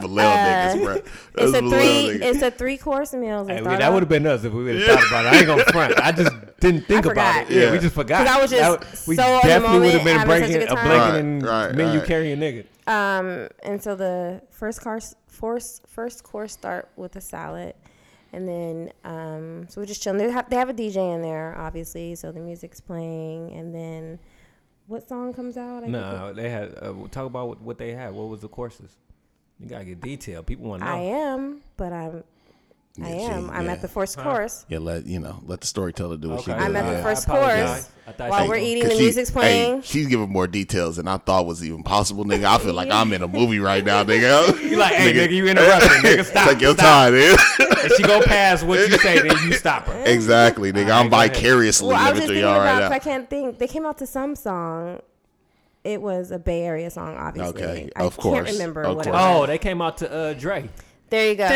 Valel
uh,
niggas, bro.
it's a three.
Niggas.
It's a three course meal.
Hey, we- that would have been us if we would have thought about it. I ain't gonna front. I just didn't think about
forgot.
it. Yeah,
Yeah.
we just forgot.
'Cause I was
That
just
we
so in the
definitely would
moment,
have been
having such a
breaking
good
a
time.
blanket
Right,
and
right,
menu
right.
carrying nigga.
Um, and so the first course, first, first course start with a salad, and then um, so we're just chilling. They have, they have a DJ in there, obviously, so the music's playing, and then what song comes out? I think it-
No, they had uh, talk about what, what they had. What was the courses? You gotta get detailed. People want to know.
I am, but I'm, I
Yeah,
am.
see,
I'm
yeah.
at the first course.
Yeah, let you know, let the storyteller do what she
Okay.
does.
I'm at the
yeah.
first-
I apologize.
course
I thought
while
she-
we're eating, the
'cause she-
music's
Hey,
playing.
she's giving more details than I thought was even possible, nigga. I feel like I'm in a movie right now, nigga.
You like, hey, nigga, you interrupting, nigga, stop.
Take your
stop.
time, nigga.
If she go past what you say, then you stop her.
exactly, nigga. I'm
go ahead.
vicariously
Well, I was
living
just
through
thinking
y'all
about. 'cause I
right
can't think. They came out to some song. It was a Bay Area song, obviously.
Okay,
I
of
Can't
course,
remember
of
what it
course.
was.
Oh, they came out to uh, Dre.
There you go.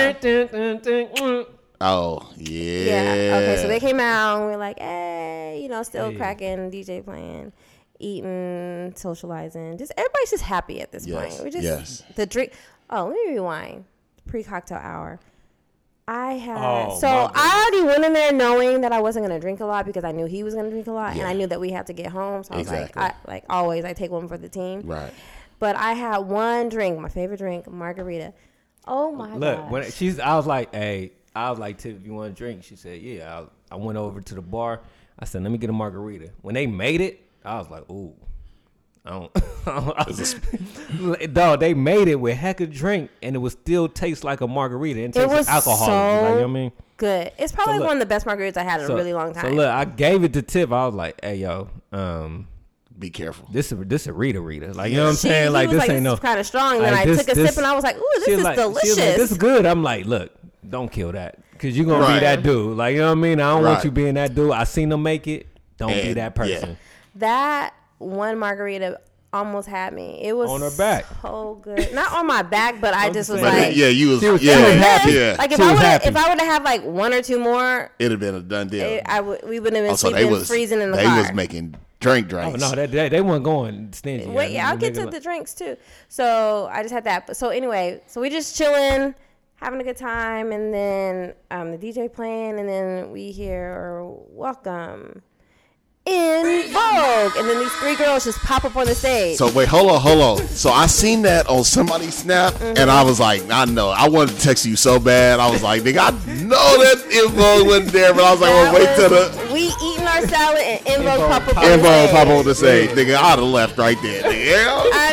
mm.
now. Oh, yeah.
Yeah. Okay. So they came out and we are like, hey, you know, still cracking, DJ playing, eating, socializing. Just everybody's just happy at this
Yes,
point. We're just
yes.
the drink. Oh, let me rewind. Pre cocktail hour. I had
Oh,
so
my goodness.
I already went in there knowing that I wasn't gonna drink a lot because I knew he was gonna drink a lot and I knew that we had to get home. So I was
Exactly.
like, I, like always, I take one for the team.
Right.
But I had one drink, my favorite drink, margarita. Oh my
Look,
gosh.
when she's, I was like, hey, I was like, Tiff, you want a drink? She said, yeah. I, I went over to the bar. I said, let me get a margarita. When they made it, I was like, ooh. I don't. I was- Dog, they made it with heck of drink, and it would still taste like a margarita and taste
was
like alcohol. you know
so
what I mean?
good. It's probably
look-
one of the best margaritas I had in a really long time.
So look, I gave it to Tiff. I was like, "Hey, yo, um,
Be careful.
this is this a Rita Rita. Like, you know what I'm
She-
saying?
he
Like,
was
this ain't no.
is kind of strong. And then
like,
I
this-
took a
this-
sip and I was like, ooh, this
She was
is
like- she was like,
delicious.
this is good. I'm like, look, don't kill that because you're gonna
Right.
be that dude. Like, you know what I mean? I don't want
Right.
you being that dude. I seen them make it. Don't be
And-
that person.
that one margarita almost had me. It was
On her back.
so good. Not on my back, but I just was
But
like,
yeah, you was,
She was- she
yeah,
was happy.
yeah.
like if
She
I
was
would
happy.
if I would have had like one or two more,
It'd have been a done deal.
it, I would we wouldn't have been,
also,
we'd
Oh, they
been
was
freezing in the
they
car.
was making drink
Oh
drinks.
no, that, that they weren't going stingy.
Wait, yeah, I'll get to the drinks too. So I just had that. But so anyway, so we just chilling, having a good time, and then um, the DJ playing, and then we hear "Welcome in Vogue," and then these three girls just pop up on the stage.
So wait, hold on, hold on. So I seen that on somebody's snap,
Mm-hmm.
and I was like, I know. I wanted to text you so bad. I was like, nigga, I know that info wasn't there, but I was like, well,
That
wait till
was-
the
we eating our salad and in Vogue pop up on the
info
stage.
pop on the stage, nigga. I'd have left right there, nigga.
I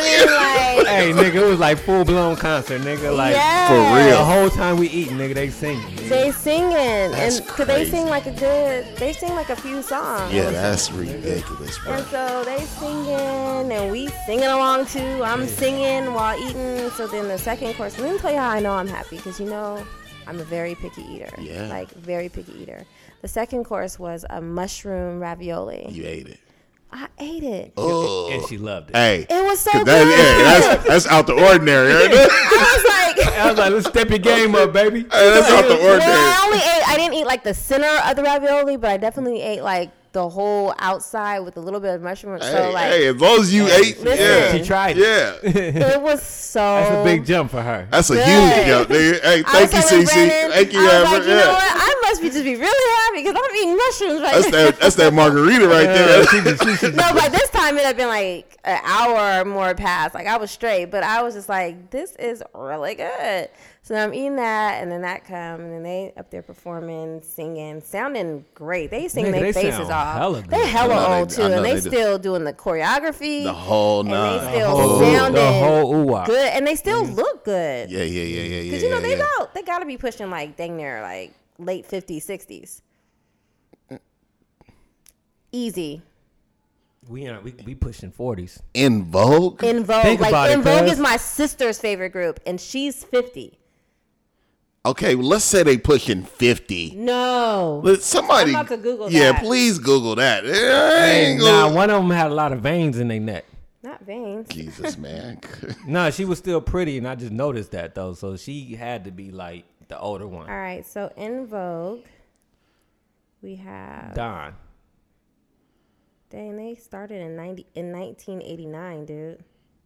mean, like,
Hey, nigga, it was like full blown concert, nigga. Like
yes.
real.
the whole time we eating, nigga, they singing.
They singing
That's
and could they
crazy.
sing like a good? They sing like a few songs.
yeah, that's ridiculous, bro.
And so they singing and we singing along too. I'm singing while eating. So then the second course, let me tell you how I know I'm happy because you know I'm a very picky eater.
Yeah.
Like very picky eater. The second course was a mushroom ravioli.
You ate it.
I ate it.
Oh.
and she loved it.
Hey,
It was so
that,
good.
yeah, that's that's out the ordinary. ain't it?
I was like,
I was like, let's step your game up, baby.
Hey, that's out the
well,
ordinary.
I only ate. I didn't eat like the center of the ravioli, but I definitely ate like the whole outside with a little bit of mushroom.
Hey,
so like
hey, as long as you ate,
listen.
She tried it.
yeah, yeah,
it was so
That's a big jump for her.
that's a
Good.
huge jump, nigga. Hey,
I was
thank you,
telling
CC.
Brandon,
Thank you,
I was like,
Amber.
you know
Yeah,
what? I must be just be really happy because I'm eating mushrooms right
that's
now.
that. That's that margarita right there.
no, by this time it had been like an hour or more past. Like I was straight, but I was just like, this is really good. So now I'm eating that, and then that come, and then they up there performing, singing, sounding great. They sing
Nigga,
their
they
faces
sound
off.
hella good.
They
I know
hella
they-
old too,
I know
and they,
they do.
still doing the choreography.
The whole
and
nine.
they still
whole-
sounding
the whole ooh-ah.
good, and they still
Mm-hmm.
look good.
Oh, yeah, yeah, yeah, yeah, yeah.
Cause you know
yeah,
they
yeah.
about they gotta be pushing like dang near like late fifties, sixties. Easy.
We are we, we pushing forties.
in Vogue.
In Vogue.
Think about
like
it,
In Vogue
cuz.
is my sister's favorite group and she's fifty.
okay, well, let's say they pushing fifty.
No.
Let somebody.
I'm about to Google
yeah,
that.
please Google that. I ain't
Nah,
gonna-
one of them had a lot of veins in their neck.
Not veins.
Jesus, man.
No, she was still pretty, and I just noticed that though. So she had to be like the older one.
All right, so in Vogue we have
Don.
dang they started in ninety in nineteen eighty nine, dude.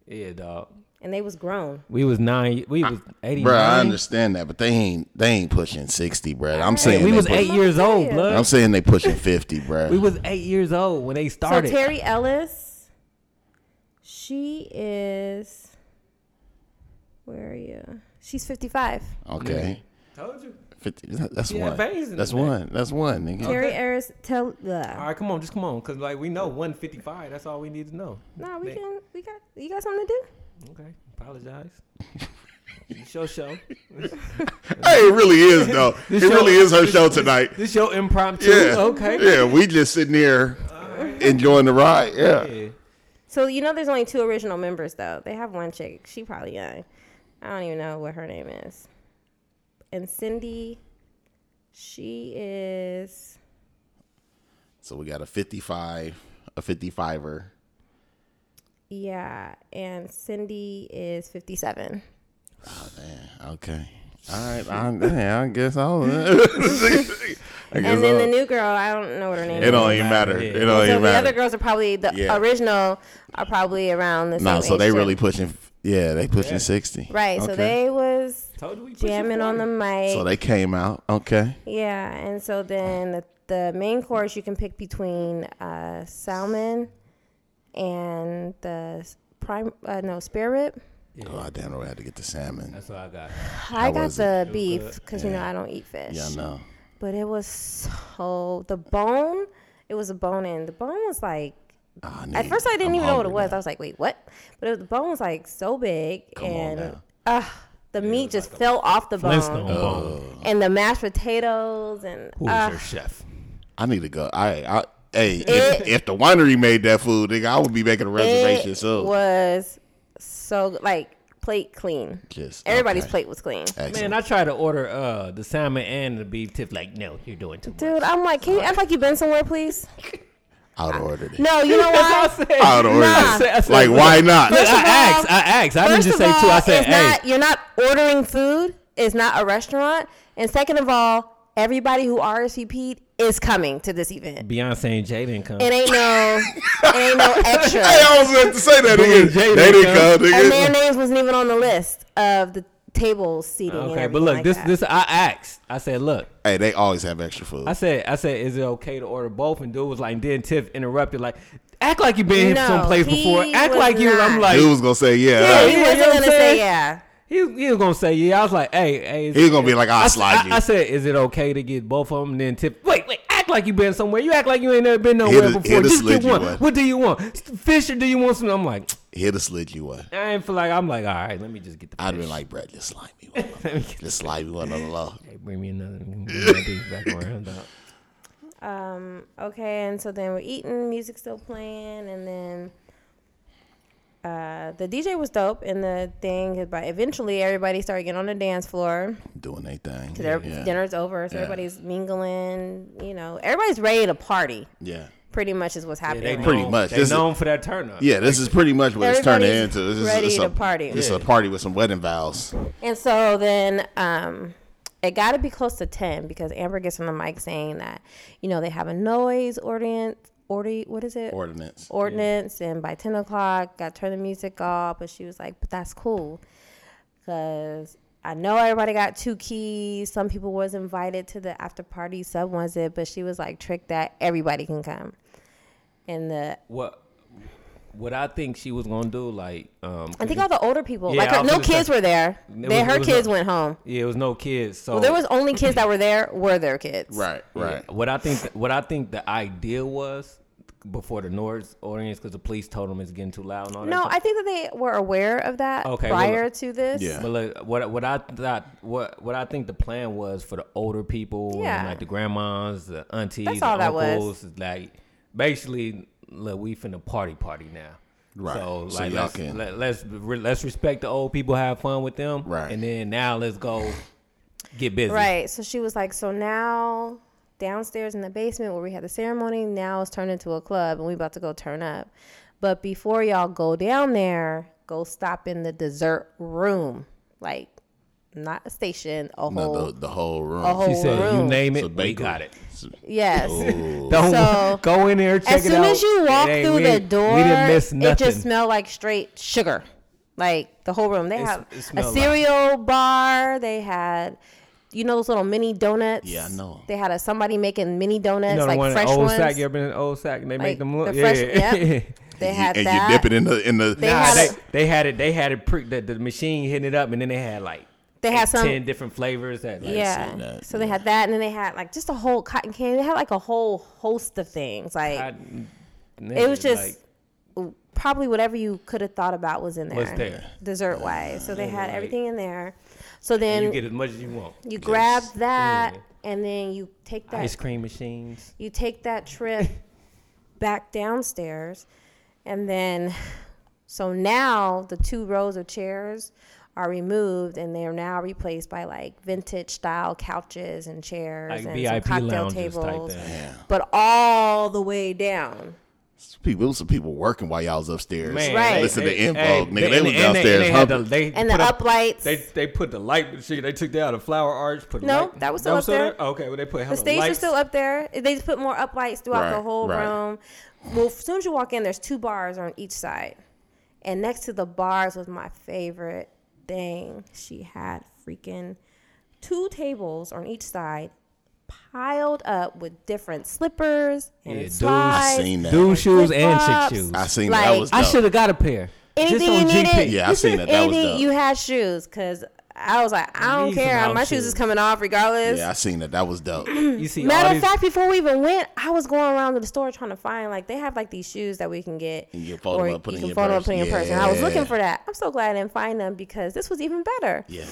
Yeah, dog.
And they was grown.
We was nine. We was eighty
Bruh, I
nine.
understand that, but they ain't they ain't pushing sixty, bruh. I'm
Hey,
saying
we
they
was
push-
eight years old,
Yeah.
I'm
blood.
saying they pushing fifty, bruh.
We was eight years old when they started.
So Terry Ellis, she is. Where are you? She's fifty-five.
okay.
Told you.
50, that's
Yeah,
one.
veins in
That's
the back.
one. That's one, nigga.
Terry Ellis, tell. Uh,
All right, come on, just come on, cause like we know one fifty five. That's all we need to know.
no, we
Nick.
can. We got. You got something to do?
Okay, apologize. It's your show.
Hey, it really is though. it
This show-
really is her
this-
show tonight.
This your impromptu.
Yeah.
Okay.
Yeah, we just sitting here enjoying the ride. Yeah.
Yeah.
So you know, there's only two original members though. They have one chick. She probably young. I don't even know what her name is. And Cindy, she is.
So we got a 55, a 55er.
Yeah, and Cindy is fifty-seven.
Okay. All right. I'm, yeah, I guess I'll. I guess
And then the
I'll-
new girl, I don't know what her name
it
is.
don't even matter.
Yeah.
It don't
So
even
the other
matter.
girls are probably the
Yeah.
original are probably around the same.
No, so
age
they
too.
really pushing. Yeah, they pushing sixty.
right. So they was
Told you we pushing
jamming on the
40.
mic.
So they came out. Okay.
yeah, and so then the, the main course you can pick between uh, salmon and the s- prime uh, no spare rib.
Oh, I damn right had to get the salmon.
That's what I got.
I got
was
the beef because you know I don't eat fish.
Yeah, I know.
But it was so the bone. It was a bone, and the bone was like
Ah,
At
nigga,
first, I didn't
I'm
even know what it
hungry
was. I was like, "Wait, what?" But it was, the bone was like so big,
on
and
now.
uh, the meat just fell off the
Flintstone
bone,
bone.
Oh.
and the mashed potatoes, and
Who's
uh,
your chef?
I need to go. I, I hey, if, if the winery made that food, nigga, I would be making a
Eh,
reservation.
it
So
was so good. like plate clean.
Just-
Everybody's
okay.
plate was clean.
Excellent.
Man, I tried to order uh the salmon and the beef tiff. Like, no, you're doing too much.
Dude, I'm like, can you act like you've been somewhere, please?
I would order it.
No, you know why?
That's what I said.
I would order
Nah.
it. Like, why not?
Look, I
First of all-
asked. I asked. I didn't
First
just
of
say two.
all,
I said,
it's
hey.
not, you're not ordering food. It's not a restaurant. And second of all, everybody who RSVP'd is coming to this event.
Beyonce and Jay didn't come.
It ain't no, it ain't no extra.
Hey, I was about to say that again.
Boom, Jada
They didn't
come.
come, nigga.
and their names wasn't even on the list of the table seating. and
okay, but
everything
look,
like
this
that.
this I asked. I said, look,
Hey, they always have extra food.
I said, I said, is it okay to order both? And dude was like, then Tiff interrupted, like, act like you've been
No,
here someplace
he
before. Act
was
like you. And I'm
not.
like,
Dude was gonna say yeah.
Yeah,
right?
he
Yeah, you
wasn't
know what
gonna
I'm
say
saying?
yeah.
He, he was gonna say yeah. I was like, hey, hey. is-
He was gonna be like, I'll
I s-
slide
I,
you.
I said, is it okay to get both of them? And then Tiff, wait, wait, act like you been somewhere. You act like you ain't never been nowhere
He'd have-
before.
he'd have
Just
slid
get
you
one.
one.
What do you want? Fish or do you want some? I'm like,
He'd have slid you one.
I ain't feel like I'm like, all right, let me just get the.
I'd have
fish.
been like, Brett, just slide me one. just slide me one on the low.
Hey, bring me another. Bring that thing back around. dog.
Um, okay, and so then we're eating, music still playing, and then uh, the DJ was dope, and the thing. But eventually, everybody started getting on the dance floor
Doing their thing.
because dinner's over, so everybody's mingling. You know, everybody's ready to party.
yeah.
Pretty much is what's happening.
They
Pretty
known-
much.
They
This is-
known for that turn up.
Yeah, this is pretty much what it's turning
Everybody's
into. This is,
ready
it's
to
a
party.
It's a party with some wedding vows.
And so then um, it got to be close to 10 because Amber gets on the mic saying that, you know, they have a noise ordinance, ordi, what is it?
Ordinance.
ordinance and by 10 o'clock got turned the music off but she was like but that's cool because i know everybody got two keys some people was invited to the after party some wasn't but she was like trick that everybody can come and the
What what I think she was gonna do, like um
i think all the older people
Yeah,
like
I
her,
was
no
gonna say-
kids were there
It
they,
was-
her
it was
kids
a- Oh.
went home
yeah, it was no kids. So
well, there was only kids that were there were their kids
Right,
Yeah,
right.
What I think, what I think the idea was before the Nords audience, because the police told them it's getting too loud and all
no
that.
i think that they were aware of that
Okay, well,
prior to this
Yeah.
But look, what what I thought, what what I think the plan was for the older people,
Yeah.
and like the grandmas, the aunties,
That's
the
all that was.
uncles, like basically, look, we finna party party now.
Right.
So like,
So y'all
let's,
can-
Let, let's re- let's respect the old people, have fun with them,
Right.
And then now let's go get busy,
Right. So she was like, so now downstairs in the basement where we had the ceremony, now it's turned into a club and we about to go turn up. But before y'all go down there, go stop in the dessert room. Like not a station, a
No,
whole
the, the whole room.
a whole
She said,
room.
"You name
It's a
it, we
bakery.
got it."
yes. Oh.
Don't
So-
go in there. Check
As
it
soon
out.
as you walk
It ain't-
through
we
the
ain't-
door,
we didn't miss
it
nothing.
just smelled like straight sugar. Like the whole room. They
It's-
have
it
a
smelled like-
cereal bar. They had, you know, those little mini donuts.
Yeah, I know.
They had a somebody making mini donuts,
you know, the
like
one in
fresh
old
ones.
sack. You ever been in old sack? And they
Like,
make them look.
the fresh-
yeah.
yep. They
and
had
you,
that.
And you dip it in the in the.
They
Nah,
had
they,
a-
they had it. They had it. Pre, the, the machine hitting it up, and then they had like
They had some-
ten different flavors. That like,
yeah.
that,
so they had that, and then they had like just a whole cotton candy. They had like a whole host of things. Like
I-
it was just
like,
probably whatever you could have thought about was in there,
Was there.
dessert wise. So they had
like-
everything in there. So then
you get as much as you want.
you grab that and then you take that
Mm. Ice cream machines.
you take that trip back downstairs and then so now the two rows of chairs are removed and they're now replaced by like vintage style couches and chairs
Like
and
VIP
some cocktail
lounges type
tables
thing.
Yeah.
but all the way down
Some People, some people working while y'all was upstairs.
Man,
Right.
they-
Listen to
they-
info,
hey,
nigga. They, was
and and
downstairs.
They, had the,
humping.
they
and
put
the
up,
up lights
They they put the light machine. They took down the flower arch. Put
No,
light-
that was still up there.
Okay, well they put
the stage is still up there they just put more up lights throughout the
Right,
whole
right.
room well as soon as you walk in there's two bars on each side and next to the bars was my favorite thing she had freaking two tables on each side piled up with different slippers and
Yeah, dudes.
slides
I seen that.
Dude shoes and
Flip-flops.
chick shoes.
I seen that.
Like,
that was
I
dope.
should have got a pair.
anything you needed
Yeah, I seen that. That was
anything
dope.
you had shoes because i was like i don't
Need
care
some house
my shoes. is
shoes.
coming off regardless
Yeah, I seen that. That was dope.
You see, all
Matter of
these-
fact, before we even went, I was going around to the store trying to find like they have like these shoes that we can get,
And you fold 'em up, put
you
in
can
your
fold 'em up,
purse.
put in your purse. And I was looking
Yeah.
for that. I'm so glad I didn't find them because this was even better.
Yeah,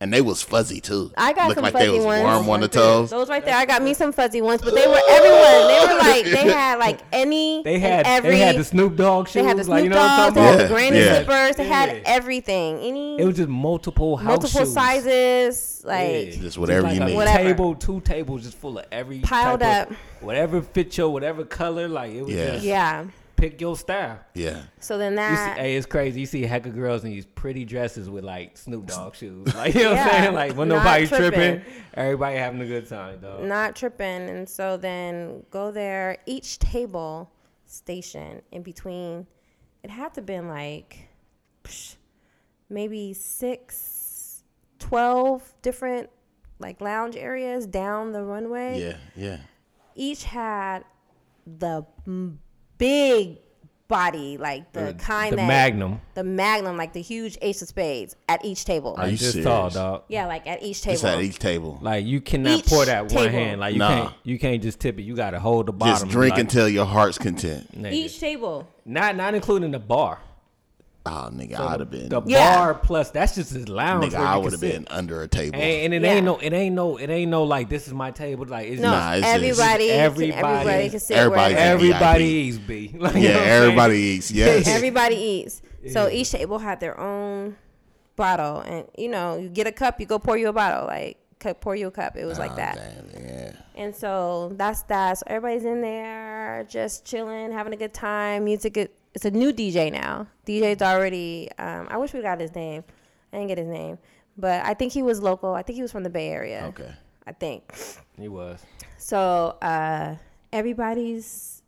and they was fuzzy too.
I got
Looked
some
like
fuzzy
they was
ones.
warm on the toes.
Those right there, I got me some fuzzy ones, but they were everyone. They were like they had like any,
They had
and every,
they had the Snoop Dogg shoes.
they had the
like,
Snoop
you know what
Dogs,
I'm
they
talking
had
Dogg,
about?
the granny
Yeah.
slippers, they
Yeah.
had everything. Any
It was just multiple house
multiple
shoes.
sizes, like
Yeah.
Just whatever
like
you
a
need.
Whatever.
Table, two tables, just full of every
Piled
type
up.
of, whatever fit your, whatever color. Like it was
Yeah.
just
yeah.
pick your style.
Yeah,
So then
You see,
that
hey, it's crazy. You see heck of girls in these pretty dresses with like Snoop Dogg shoes. Like you know what
Yeah.
I'm saying? Like when
Not
nobody's tripping.
tripping.
everybody having a good time, dog.
not tripping. And so then go there, each table station in between. It had to been like psh, maybe six, 12 different like lounge areas down the runway.
yeah, yeah.
Each had the m- big body, like the, kind
the
that
Magnum.
the magnum, like the huge ace of spades at each table.
Are you
Just
serious?
tall, dog.
yeah, like at each
It's
table.
at each table.
Like you cannot
Each
pour that with one
table.
hand. Like you
Nah.
can't you can't just tip it. You gotta hold the bottom.
Just drink
like,
until your heart's content.
nigga.
each table.
Not not including the bar.
Oh, nigga, I'd have been.
The
Yeah.
bar plus that's just his lounge.
Nigga,
where
I
you
would
can
have been
sit.
under a table.
And, and it
Yeah.
ain't no, it ain't no, it ain't no. Like this is my table. Like it's
No,
Nah, it's just-
everybody, can- everybody,
Everybody-
can sit
everybody
wherever.
can
everybody
VIP.
eats B. Like, you
yeah,
know what I'm
everybody
saying?
eats. Yes.
Everybody eats. So each table had their own bottle, and you know, you get a cup, you go pour you a bottle, like cu- pour you a cup. It was like
Oh,
that.
damn, yeah.
And so that's that. So everybody's in there, just chilling, having a good time. Music. Is, it's a new DJ now. DJ's already. Um, I wish we got his name. I didn't get his name, But I think he was local. I think he was from the Bay Area.
Okay.
I think.
He was.
So uh, everybody's,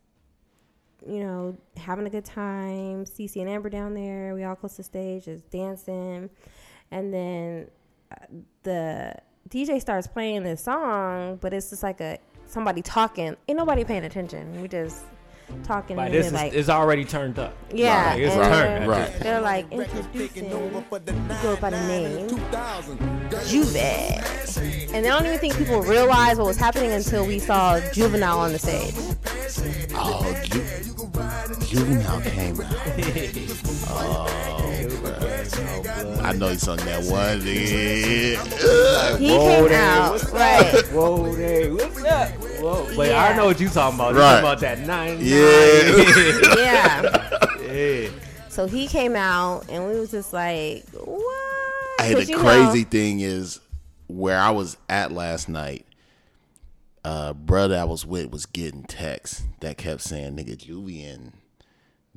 you know, having a good time. Cece and Amber down there. We all close to stage, just dancing, and then uh, the DJ starts playing this song, but it's just like a somebody talking. Ain't nobody paying attention. We just talking.
Like
and
this
then,
is
like,
it's already turned up.
yeah,
Like, it's
and
turned.
they're-
at
Right.
this
They're like
Records taking over
introducing
for the
go by the
99 and
name.
2000. Girl,
Juve. And I don't even think people realized what was happening until we saw Juvenile on the stage.
Oh, Ju- Juvenile came out. Oh, bruh. I know you sung that one. Yeah.
He
Whoa
came
there,
out,
what's
right.
Whoa, there. What's up? Whoa. But I
Yeah.
know what you talking about. You
Right.
talking about that nine.
Yeah.
Yeah.
nine. yeah.
So he came out, and we was just like, what?
Hey,
'Cause
the
you
crazy
know-
thing is where I was at last night. Uh, brother I was with was getting texts that kept saying, "Nigga, Juvie in,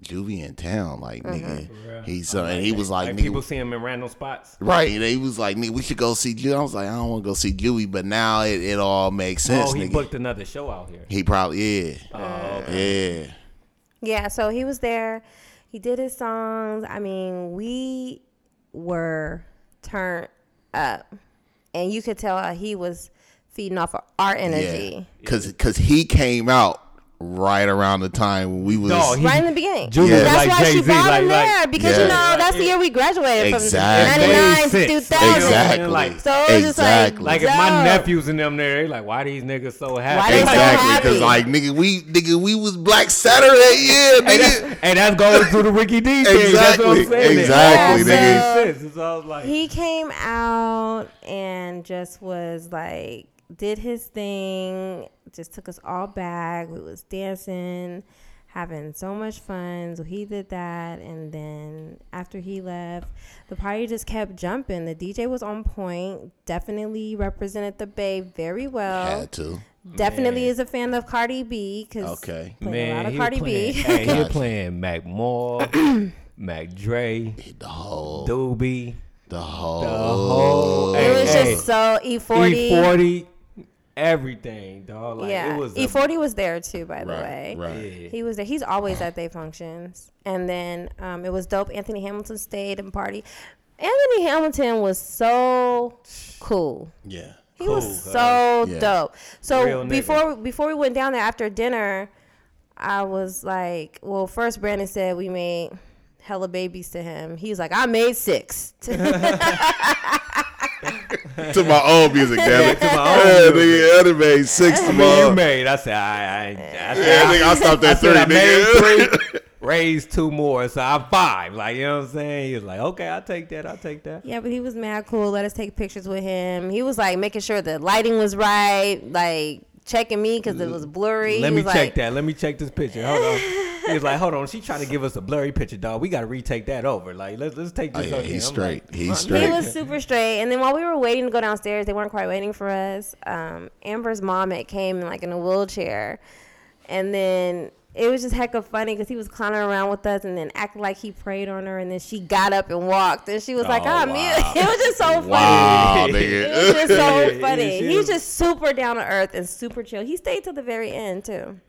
Juvie in town." Like,
Mm-hmm.
nigga, he's uh, and he was like,
Like
"Nigga,
people see him in random spots.
Right. And he was like, nigga, we should go see Jew. I was like, I don't want to go see Jewy, but now it, it all makes sense,
oh, he
nigga.
booked another show out here.
he probably, yeah.
Oh,
Yeah.
Yeah, so he was there. He did his songs. I mean, we were turned up, and you could tell uh, he was feeding off of our
Yeah.
energy
Because he came out right around the time when we was.
Dog, he-
right in the beginning.
Juvenile,
That's
like
why she
Jay-Z,
brought him
like- like-
there because you
Yeah.
know that's the year we graduated
Exactly.
from 99 to
Six.
2000.
exactly.
Like-
So it was just like-
exactly.
Like if my
Yo.
nephews in them there, they like, why these niggas so happy?
they so
Exactly,
happy?
because like nigga, we nigga, we was Black Saturday, yeah,
Hey, that's,
nigga.
hey, that's going through the Ricky D thing. That's what
Exactly.
I'm saying.
Exactly,
Yeah, nigga. so-
It's all like,
He came out and just was like did his thing, just took us all back. We was dancing, having so much fun. So he did that and then after he left, the party just kept jumping. The DJ was on point, definitely represented the Bay very well.
Had to.
Definitely is a fan of Cardi B because
Okay.
a lot
man,
of
he
Cardi
was playing,
B.
hey, he was playing Mac Moore, Mac Dre,
The whole,
Doobie,
the whole,
the whole.
it
hey,
was
hey,
just so E forty.
E40, everything, dog. Like,
yeah,
it was a-
E forty was there too, by the way.
right, right.
Yeah.
He was there. He's always at their functions. And then um, it was dope. Anthony Hamilton stayed and party. Anthony Hamilton was so cool.
Yeah,
He
Cool,
was
huh?
so
Yeah.
dope.
Real
So
nigga.
before before we went down there after dinner, I was like, well, first Brandon said we made hella babies to him. He was like, I made six.
to my old music, damn it.
To my own
Yeah,
music.
nigga, Eddie made six to
Man, you
my-
made. I said, I, I, I,
Yeah,
said,
nigga, I stopped
I
at three,
said I
nigga.
made three, raised two more, so I'm five. Like you know what I'm saying? He was like, okay, I'll take that. I'll take that.
yeah, but he was mad cool. Let us take pictures with him. He was like making sure the lighting was right, like checking me because it was blurry.
Let
He
me
was
check
like,
that. Let me check this picture. Hold on. He was like, hold on. She trying to give us a blurry picture, dog. We got to retake that over. Like let's let's take
Oh,
this.
yeah,
over
he's
here. I'm like,
straight. He's
"Huh?"
straight.
He was super straight. And then while we were waiting to go downstairs, they weren't quite waiting for us. Um, Amber's mom had came like in a wheelchair, and then it was just heck of funny because he was clowning around with us and then acting like he prayed on her, and then she got up and walked, and she was like,
Oh,
"Oh man,
wow.
it was just so funny."
Wow,
It was just
Oh, nigga.
so
Yeah,
funny.
she
He's
was-
just super down to earth and super chill. He stayed till the very end too.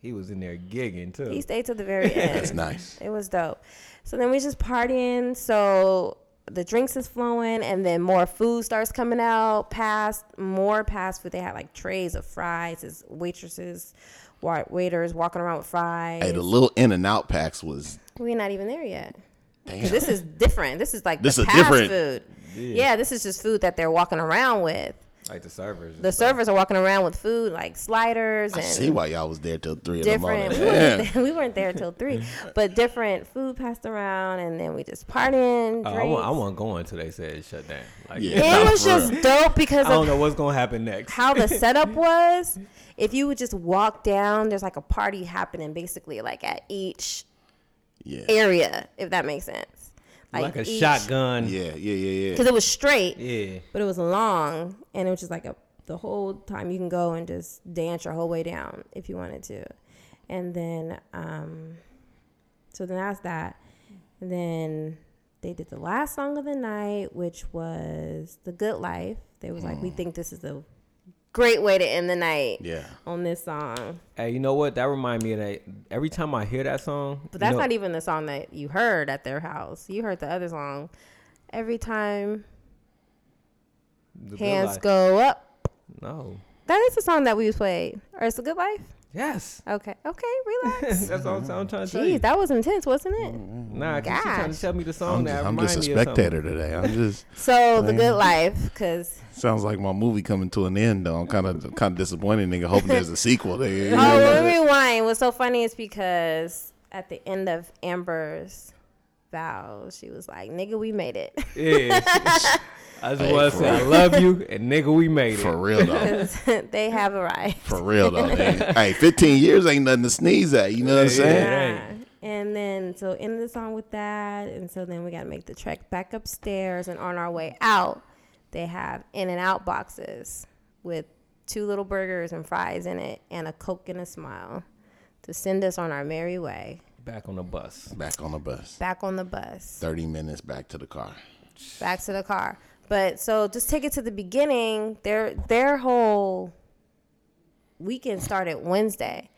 He was in there gigging too.
He stayed till the very
That's
end.
nice.
It was dope. So then we just partying. So the drinks is flowing, and then more food starts coming out. Past more past food. They had like trays of fries. As waitresses, wa- waiters walking around with fries.
Hey, the little in and out packs was
We're not even there yet. 'Cause
damn.
This is different. This is like
This
the
is
past
different.
food. Yeah. this is just food that they're walking around with.
like the servers. and
The
stuff.
servers are walking around with food like sliders
I
and
see why y'all was there till three in the
different.
morning.
We weren't,
Man.
there, we weren't there till three, but different food passed around, and then we just partying.
Oh, I
drinks.
want. I want going until they said shut down. Like
Yeah.
It was
For real.
just dope because
I don't
of
know what's gonna happen next.
how the setup was. If you would just walk down, there's like a party happening basically like at each
Yeah.
area, if that makes sense.
Like a shotgun.
Yeah, yeah, yeah, yeah.
Because it was straight,
Yeah.
but it was long, and it was just like a the whole time you can go and just dance your whole way down if you wanted to, and then um, so then that's that, and then they did the last song of the night, which was "The Good Life." They was
Mm.
like, "We think this is a great way to end the night."
Yeah.
On this song,
Hey, you know what? That remind me of that. Every time I hear that song,
but that's
you know,
not even the song that you heard at their house. You heard the other song. Every time
The Good
hands
Life.
go up.
No.
That is the song that we played. Or it's a good life.
Yes.
Okay. Okay. Relax.
that's all
Mm-hmm.
I'm trying to tell you. Mm-hmm.
Jeez, that was intense, wasn't it?
Nah, cause she trying
Gosh.
to tell me the song
I'm
that
just, I'm
remind
just a
me of something.
spectator today. I'm just
So the good life, because
sounds like my movie coming to an end. Though I'm kind of kind of disappointed, nigga. Hoping there's a sequel. There.
oh, let me rewind. What's so funny is because at the end of Amber's vow, she was like, "Nigga, we made it."
Yeah. I just
Hey,
want to
for
say I
real.
love you and nigga, we made it.
For real though.
'Cause they have arrived.
For real though. man. hey, 15 years ain't nothing to sneeze at. You know what I'm
Yeah,
saying?
Yeah.
right.
And then so end the song with that, and so then we gotta make the trek back upstairs, and on our way out, they have in and out boxes with two little burgers and fries in it, and a coke and a smile to send us on our merry way
Back on the bus.
Back on the bus.
back on the bus
30 minutes back to the car.
back to the car. But so just take it to the beginning. Their their whole weekend started Wednesday.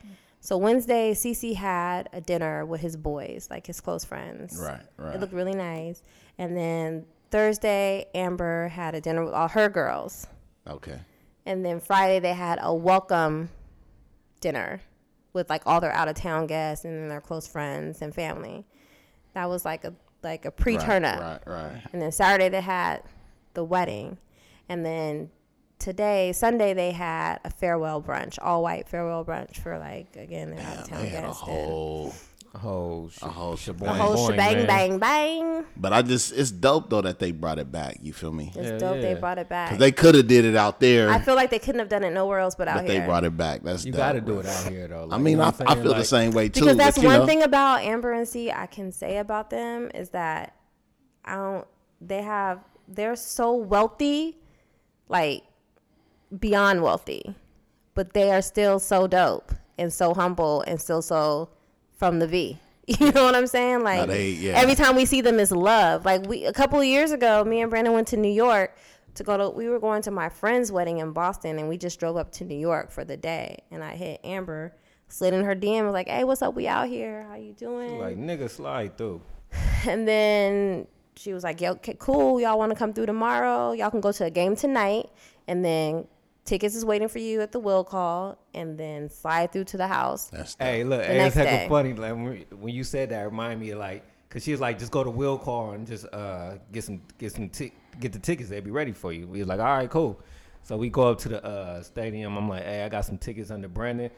So Wednesday, CC had a dinner with his boys, like his close friends.
Right, right.
It looked really nice. And then Thursday, Amber had a dinner with all her girls.
Okay.
And then Friday, they had a welcome dinner with like all their out of town guests and then their close friends and family. That was like a like a pre
Right,
turn up.
Right, right.
And then Saturday they had the wedding. And then today, Sunday, they had a farewell brunch, all white farewell brunch for like, again, their out
Yeah,
of town
they had a
guests. and-
whole,
Oh, sh-
a whole
A
shebang.
whole
boing,
shebang,
man.
bang, bang.
But I just, it's dope though that they brought it back. You feel me?
It's
Hell
dope they
yeah.
brought it back.
They could have did it out there,
I feel like they couldn't have done it nowhere else but out
but
here.
they brought it back. That's
you
dope.
got to do it out here though.
I
Like, you
mean,
know
I,
what I'm
I
saying?
feel the
Like,
same way too.
because that's
but, you
one
know,
thing about Amber and C I can say about them is that I don't they have they're so wealthy, like beyond wealthy, but they are still so dope and so humble and still so from the V. You know what I'm saying? Like
they- yeah.
every time we see them is love. Like we a couple of years ago, me and Brandon went to New York to go to we were going to my friend's wedding in Boston and we just drove up to New York for the day and I hit Amber, slid in her DM was like, Hey, what's up? We out here. How you doing?
Like nigga, slide through.
And then she was like, "Yo, okay, cool. Y'all want to come through tomorrow? Y'all can go to a game tonight, and then tickets is waiting for you at the will call, and then slide through to the house."
That's dope.
Hey, look,
The
hey, it's
next
heckle
day.
funny. Like when when you said that, remind me of like, cause she was like, just go to Will Car and just uh get some get some tick get the tickets. They'll be ready for you. We was like, all right, cool. So we go up to the uh stadium. I'm like, hey, I got some tickets under Brandon,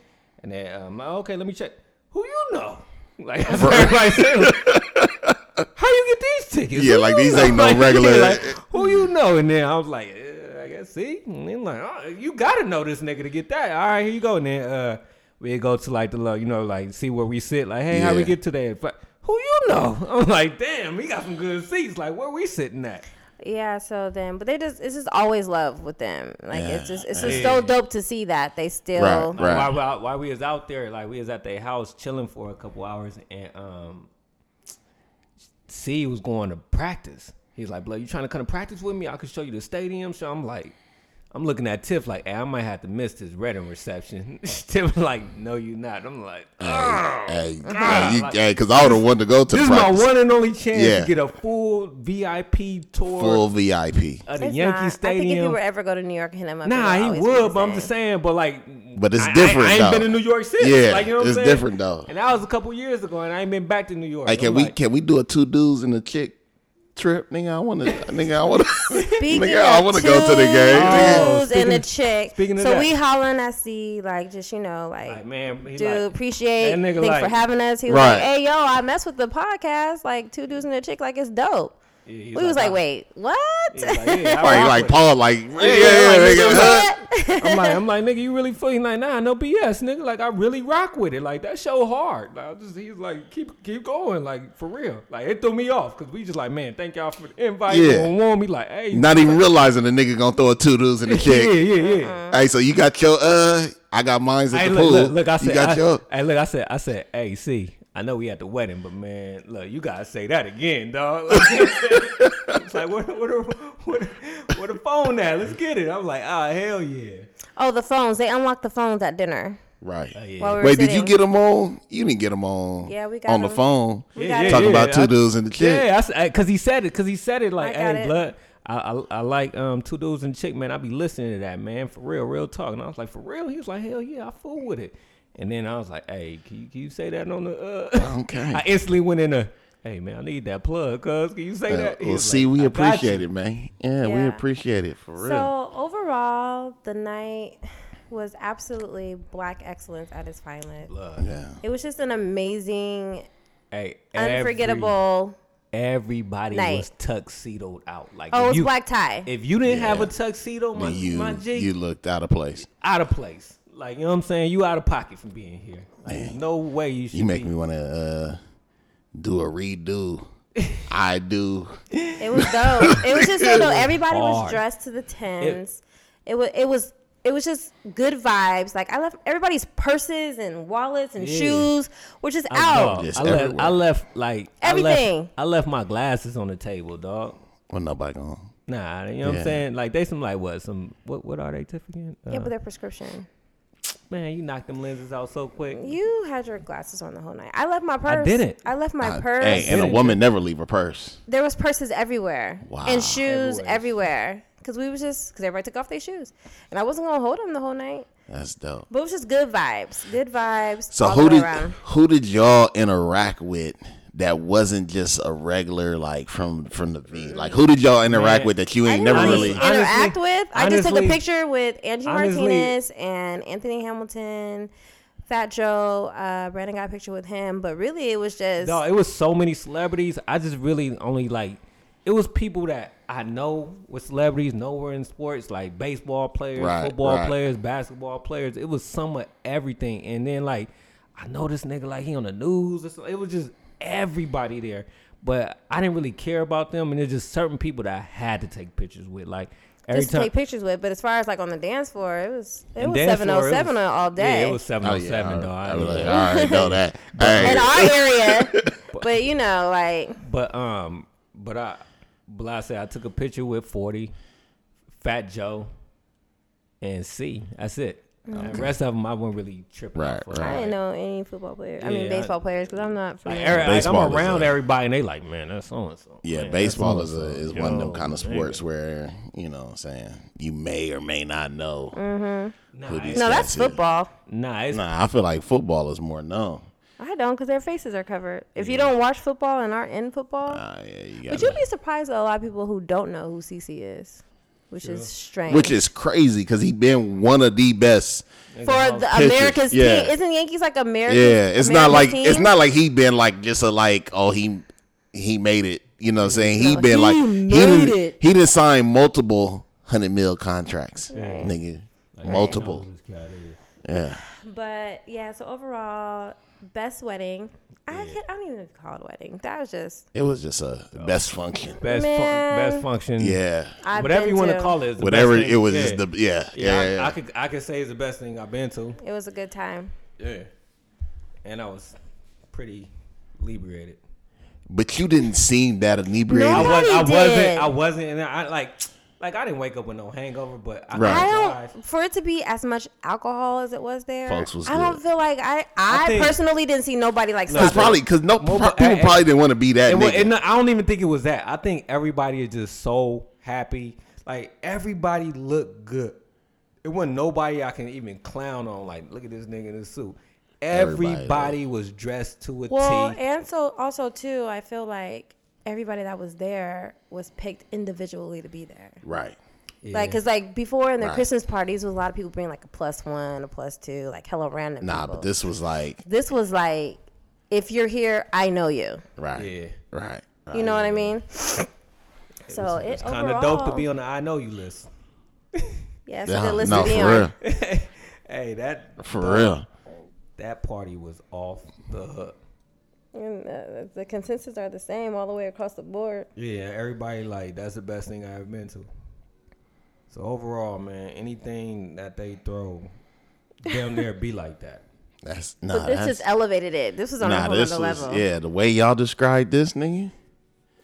and then um, okay, let me check. Who you know? Like that's what everybody said. Like, How you get these tickets?
Yeah,
Who
like,
you
these
know?"
ain't no
Like, yeah,
regular-
like, who you know? And then I was like, eh, I guess see. And then like, oh, you gotta know this nigga to get that. All right, here you go. And then uh, we go to like the lo- you know, like see where we sit. Like, hey, how we
Yeah.
get to that? But who you know? I'm like, damn, we got some good seats. Like, where we sitting at?
Yeah. So then, but they just it's just always love with them. Like it's just it's just
Yeah.
so dope to see that they still.
Right, right.
While, while, while we was out there, like we was at their house chilling for a couple hours, and um, C was going to practice. He's like, "Blood, you trying to come to practice with me? I could show you the stadium." So I'm like, I'm looking at Tiff like, hey, I might have to miss this Redding reception." Tiff was like, "No, you not." I'm like,
Uh,
"Oh,
Hey, hey, you- hey, because I would have wanted to go to
this is my
practice.
one and only chance
Yeah.
to get a full VIP tour
full VIP.
of the
It's
Yankee
not. I
Stadium."
think if you were ever go to New York, hit him up.
Nah,
it'll
he
always be
would,
the
but I'm
same.
just saying. But like,
But it's
I- I-
different,
I, ain't
though.
been to New York since.
Yeah,
like, you know what I'm
it's
saying?
different, though.
And that was a couple years ago, and I ain't been back to New York.
Hey, can
I'm
we
like,
can we do a two dudes and a chick trip? Nigga, I wanna nigga, I wanna
Speaking
nigga, I
of
wanna go to the game. nigga.
Oh,
Dudes and
speaking-
a chick.
speaking of
so
that.
we hollering at C, like just you know, like,
like, man, he
dude,
like,
appreciate
that nigga
thanks for
like-
having us. He was
Right.
like, hey, yo, I mess with the podcast, like two dudes and a chick, like it's dope.
Yeah,
we
he's
was like,
I-
wait, what?
he's like, yeah,
Like
I rock
like
with it.
Paul, like yeah,
yeah,
yeah,
like,
nigga,
nigga,
huh?
I'm like, I'm like, nigga, you really feel? He's like, nah, no BS, nigga. Like, I really rock with it. Like that show hard. Like, I just he's like, keep keep going. Like for real. Like it threw me off because we just like, man, thank y'all for the invite.
Yeah.
Yeah. Warm me like, hey,
Not even realizing the nigga gonna throw a two dudes and a
yeah,
chick.
yeah,
Uh-uh.
yeah.
Hey, so you got your uh I got mine's at
Hey,
the
look,
pool.
look, look, I said,
you got
I,
your
hey, look, I said, I said, hey, see, I know we at the wedding, but man, look, you gotta say that again, dog. it's like where, where, the- where, the- where the phone at? Let's get it. I'm like, ah, hell yeah.
Oh, the phones. They unlocked the phones at dinner.
Right.
Oh, yeah.
While we were
Wait, did you
sitting.
get them on? You didn't get them on.
Yeah, we got
on the
'em.
phone.
We
Yeah,
got
Talking
it.
about two
I-
dudes and the chick.
Yeah, I s- I, cause he said it, cause he said it like,
I got
hey,
it.
blood. I, I I like um two dudes and chick, man. I be listening to that, man, for real, real talk. And I was like, for real. He was like, hell yeah, I fool with it. And then I was like, hey, can you, can you say that on the? Uh?
Okay.
I instantly went in a, hey man, I need that plug, cause can you say
Uh,
that? He
well,
was
see,
like,
we
"I got
appreciate
you."
it, man. Yeah, we
Yeah.
appreciate it for real.
So overall, the night was absolutely black excellence at its finest.
Blood.
yeah.
It was just an amazing,
Hey, every-
unforgettable.
everybody
night.
was tuxedoed out. Like,
oh,
if
it was
you,
black tie.
If you didn't have a
Yeah.
tuxedo, my,
Then you
my G,
you looked out of place.
out of place. Like, you know what I'm saying? You out of pocket from being here. Like, no way you should
You make
be.
me want to uh, do a redo. I do.
It was dope. it was just so dope. Everybody
hard.
was dressed to the tens. It, was it was it was just good vibes. Like I left everybody's purses and wallets and
Yeah.
shoes were just
I,
out.
dog,
Just
I left,
everywhere.
I left, like, I
Everything.
left, I left my glasses on the table, dog.
Well, nobody gone.
Nah, you know what
Yeah.
I'm saying? Like, they some, like, what? Some, what What are they, Tiff again? Uh,
Yeah, but their prescription.
man, you knocked them lenses out so quick.
You had your glasses on the whole night. I left my purse.
didn't.
I left my
I-
purse.
Hey, and a
Didn't.
woman never leave her purse.
there was purses everywhere
Wow.
and shoes
Everywhere.
everywhere because we was just because everybody took off their shoes and i wasn't gonna hold them the whole night
That's dope.
but it was just good vibes good vibes
So
all
who
the way
did
around.
who did y'all interact with that wasn't just a regular like from from the V? Like who did y'all interact
Man.
with that you
I
ain't
didn't
never
really
really?
honestly-
interact with. I just took a
honestly-
picture with Angie
honestly-
Martinez and Anthony Hamilton, Fat Joe. Uh, Brandon got a picture with him, but really it was just
No, it was so many celebrities. I just really only like it was people that I know were celebrities nowhere in sports, like baseball players,
Right,
football
right.
players, basketball players. It was some of everything. And then like I know this nigga like he on the news. or something. It was just everybody there. But I didn't really care about them and there's just certain people that I had to take pictures with. Like every
just to
time
take pictures with. But as far as like on the dance floor, it was it
and
was
dance
seven
floor, it
oh
was-
seven all day.
Yeah, it was seven
Oh
oh
yeah,
seven though.
I,
I-
I was like, I already know that. Hey,
in our area, but you know, like
But um, but I, but I said I took a picture with Forty, Fat Joe, and C. That's it. The rest of them I wasn't really tripping.
Right,
out for.
right.
Mm. I didn't know any football players. I mean,
Yeah,
baseball
I-
players because I'm not.
Like,
Familiar.
every, like,
Baseball
I'm
is
around
a-
everybody, and they like, man, that's so and so.
Yeah, baseball is a is one of them kind of sports where you know what I'm saying you may or may not know.
Mm.
Nah,
who these
it's,
no, that's
guys is.
football.
nah, it's
Nah, I feel like football is more known.
I don't because their faces are covered. If you don't watch football and aren't in football,
Nah,
Uh,
yeah,
But
you got
you'd be surprised at a lot of people who don't know who CC is, which is strange.
which is crazy because he been one of the best.
for the
Pitchers,
America's
yeah.
team. Isn't Yankees like America's?
Yeah, it's not
America's
like
team?
it's not like he been like just a like oh he he made it. You know what I'm saying? He
No,
been
he
like
made
he didn't,
it.
he didn't sign multiple hundred mil contracts, nigga. Multiple, yeah.
But yeah, so overall, best wedding. I, can't, I don't even call it a wedding. That was just
It was just a best function.
best fun,
Man.
best function.
Yeah,
I've
whatever
been
you want to
to.
call it. is the
whatever
best thing.
it was.
Yeah.
Just the yeah,
yeah,
yeah. yeah.
I, I could I could say it's the best thing I've been to.
It was a good time.
Yeah, and I was pretty liberated.
But you didn't seem that inebriated.
No,
I was. I
Nobody did.
wasn't. I wasn't. And I like, like I didn't wake up with no hangover, but I,
Right.
I
realized-
don't for it to be as much alcohol as it was there.
Folks was
I don't
good.
feel like I. I,
I think-
personally didn't see nobody like.
It's
stop it.
probably because no pro-
Mobile-
people
I- I-
probably didn't want to be that
It wa-
nigga.
and I don't even think it was that. I think everybody is just so happy. Like everybody looked good. It wasn't nobody I can even clown on. Like, look at this nigga in his suit.
Everybody
Everybody, was dressed to a T.
Well, and so also too, I feel like everybody that was there was picked individually to be there.
right.
Yeah.
Like, cause like before in their
Right.
Christmas parties, was a lot of people bring like a plus one, a plus two, like hello random.
Nah,
people.
but this was like
this was like, if you're here, I know you.
right,
Yeah.
right, right.
You know what I mean? So it,
it's kind of dope to be on the I know you list.
Yes,
Yeah,
list
no,
to be
for
on.
real,
Hey, that
for real.
that party was off the hook.
And, uh, the consensus are the same all the way across the board.
Yeah, everybody like that's the best thing I ever been to. So overall, man, anything that they throw down there be like that.
That's no.
But this
that's,
just elevated it. This was on a
nah,
whole
this
other
was
level.
yeah. The way y'all described this nigga,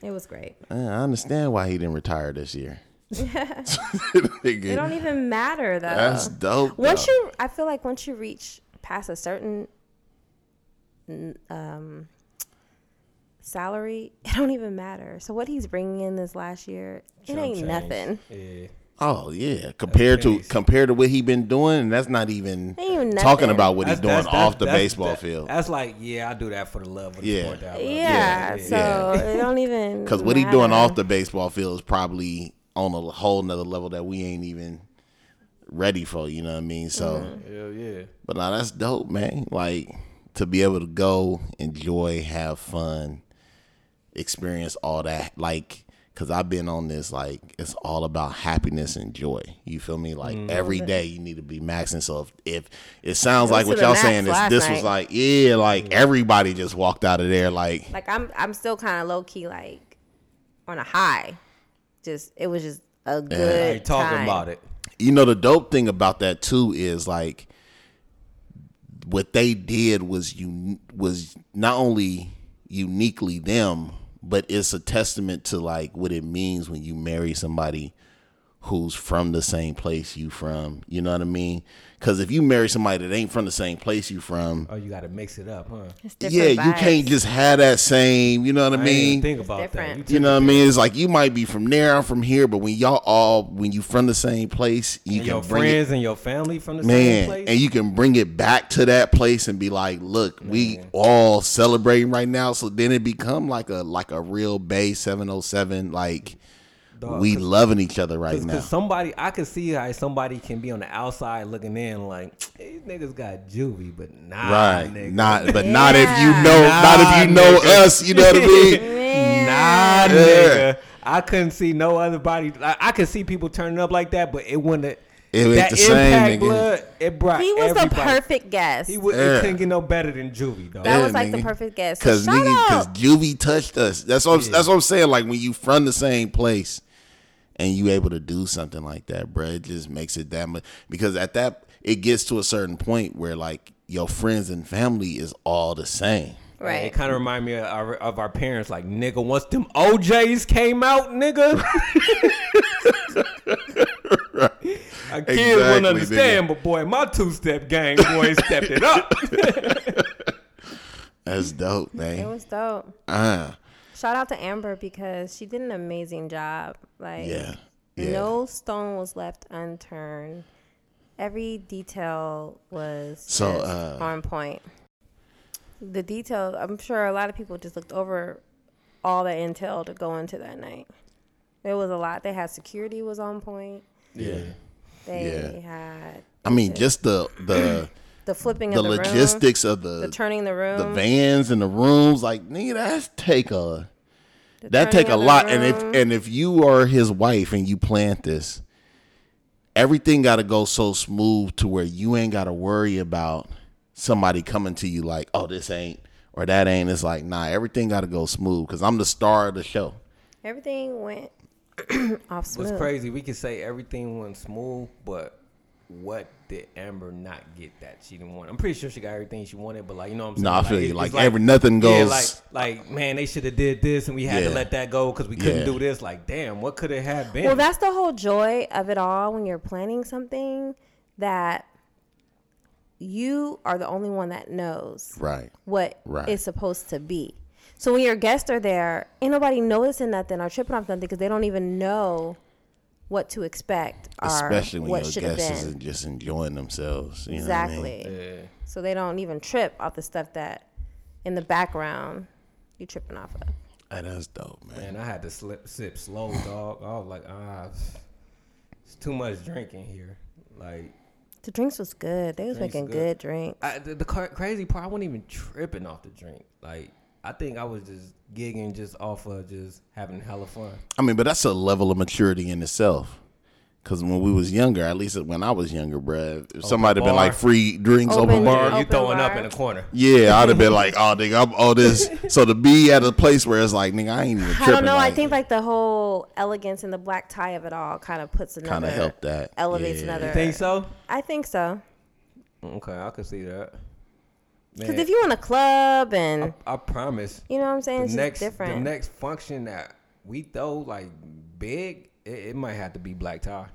It was great.
uh, I understand why he didn't retire this year. Nigga,
It don't even matter though.
that's dope.
once
though.
you, I feel like once you reach past a certain n- um, salary, it don't even matter. So what he's bringing in this last year, it ain't
Change.
nothing.
Yeah.
oh yeah, compared to
pennies.
compared to what he been doing, and that's not even
Ain't even
talking
nothing.
about what
That's-
he's doing
that's- that's-
off the
that's-
baseball
that-
field.
That's like, yeah, I do that for the love of the
Yeah.
sport. That I love.
Yeah,
yeah.
so it don't even
Because what he doing
matter.
off the baseball field is probably on a whole nother level that we ain't even ready for. You know what I mean? So,
Mm-hmm.
Hell yeah.
but now that's dope, man. Like to be able to go, enjoy, have fun, experience all that. Like, cause I've been on this. Like, it's all about happiness and joy. You feel me? Like every day you need to be maxing. So if, if it sounds
I
like
went
what
to the
y'all
max
saying is
last
this was
night.
like yeah, like everybody just walked out of there like.
like I'm I'm still kind of low key like on a high. Just it was just a
I
good
ain't talking
time.
about it.
you know the dope thing about that too is like what they did was you was not only uniquely them but it's a testament to like what it means when you marry somebody who's from the same place you from you know what i mean because if you marry somebody that ain't from the same place you from
Oh, you got to mix it up, huh?
It's
yeah
different
you
vibes.
can't just have that same you know what i
I didn't even
mean
think about
different.
that.
you know what I mean? It's like you might be from there, I'm from here, but when y'all all when you from the same place, you
and
can
your
bring it
friends and your family from the same
man
place.
and you can bring it back to that place and be like look we all celebrating right now so then it become like a like a real bay 707 like
Dog,
we
'cause-
loving each other right
Cause,
now
'cause somebody, I could see how somebody can be on the outside looking in, like these niggas got juvie, but nah,
right
nigga.
not but not if you
Yeah.
know not
Nah,
if you know
nigga.
us you know what i mean
nah,
Yeah.
nigga. I couldn't see no other body. I, I could see people turning up like that, but it wouldn't.
It ain't
that
the same,
impact
nigga.
blood. It brought.
He was
everybody.
the perfect guest.
He would,
Yeah.
it couldn't get no better than juvie, dog.
That was like the perfect guest. So
because
shout
nigga because
out.
juvie touched us that's what I'm, that's what i'm saying like when you from the same place and you able to do something like that, bruh, it just makes it that much because at that it gets to a certain point where like your friends and family is all the same.
And
Right.
It kind of remind me of our, of our parents, like nigga. Once them OJ's came out, nigga, a kid wouldn't
Exactly,
understand. But boy, my two step gang boy stepped it up.
That's dope,
It
man.
was dope.
Uh,
Shout out to Amber because she did an amazing job. Like
yeah, yeah.
no stone was left unturned. Every detail was
So,
just
uh,
on point. The detail, I'm sure a lot of people just looked over all the intel to go into that night. There was a lot. They had security was on point.
Yeah,
They had
I mean, just the the
the flipping
the
of the room,
logistics of
the
the
turning the room,
the vans and the rooms, like nigga, that's take a
the
that
turning
take a
of the
lot. And if
room.
and if you are his wife and you plant this, everything got to go so smooth to where you ain't got to worry about somebody coming to you like, oh, this ain't or that ain't. It's like, nah, everything got to go smooth because I'm the star of the show.
everything went off
what's
smooth.
crazy? We could say everything went smooth, but what did Amber not get that she didn't want? I'm pretty sure she got everything she wanted, but like you know what I'm saying?
Nah, I feel
it-
you.
it's
Like, every- nothing
yeah,
goes-
like like man, they should have did this, and we had
Yeah.
to let that go because we couldn't
Yeah.
do this. Like damn, what could it have been?
Well, that's the whole joy of it all when you're planning something that you are the only one that knows
Right.
what
Right.
it's supposed to be. So when your guests are there, ain't nobody noticing nothing or tripping off nothing because they don't even know what to expect or
Especially when
what
your
should have
guests is
been.
just enjoying themselves. You Know what I mean?
Exactly.
Yeah.
So they don't even trip off the stuff that in the background you tripping off of.
Ah, that's dope, man.
Man, I had to slip, sip slow, dog. I was like, ah, it's too much drinking here. Like,
The drinks was good. They was
Drinks
making good
good.
drink.
I, the, the car, crazy part, I wasn't even tripping off the drink. Like, I think I was just gigging just off of just having hella fun.
I mean, but that's a level of maturity in itself. Because when we was younger, at least when I was younger, bruh, if somebody been
bar.
like free drinks open,
Open-
bar,
Oh, you
Open
throwing up
bar.
in the corner.
Yeah, I'd have been like, oh, nigga, I'm all this. So to be at a place where it's like, nigga, I ain't even
I
tripping.
don't know. I
like,
think like the whole elegance and the black tie of it all kind of puts another
kind of helped that
elevates
Yeah.
another.
Think so?
I think so.
Okay, I could see that.
Because if you in a club and
I promise.
you know what I'm saying, it's
the
just
next
different.
the next function that we throw like big, it, it might have to be black tie.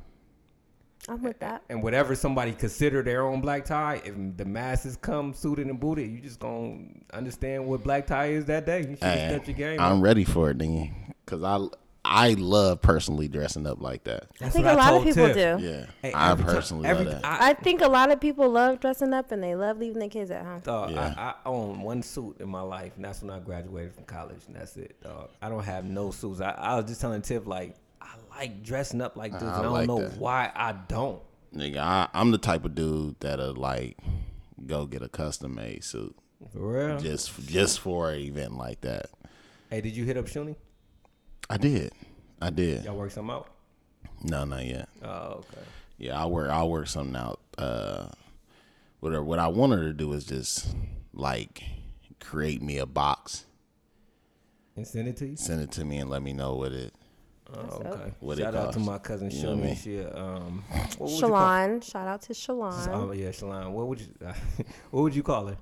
I'm with that.
And whatever somebody consider their own black tie, if the masses come suited and booted, you just gonna understand what black tie is that day. You should
Hey,
step your game.
I'm ready for it, then, because I I love personally dressing up like that.
I think a lot of people do.
Yeah,
Hey,
I
every ti-
personally
every
love that.
I-
I think a lot of people love dressing up and they love leaving their kids at home.
Dog,
Yeah.
I, I own one suit in my life, and that's when I graduated from college, and that's it. Dog. I don't have no suits. I, I was just telling Tiff like I like dressing up like this, and
I
I don't
like
know
that.
why I don't.
Nigga, I, I'm the type of dude that'll like go get a custom made suit
For real.
just just for an event like that.
Hey, did you hit up Shuni?
I did, I did.
Y'all work something out?
No, not yet.
Oh, okay.
Yeah, I'll work. I'll work something out. Uh, whatever. What I wanted to do is just like create me a box,
And send it to you.
send it to me, and let me know what it.
Oh, okay.
What it
Shout out
cost.
to my cousin
You know what I
Shuni.
mean?
She a, um, what would you call-
Shalon, shout out to Shalon,
Oh yeah, Shalon. What would you what would you call her?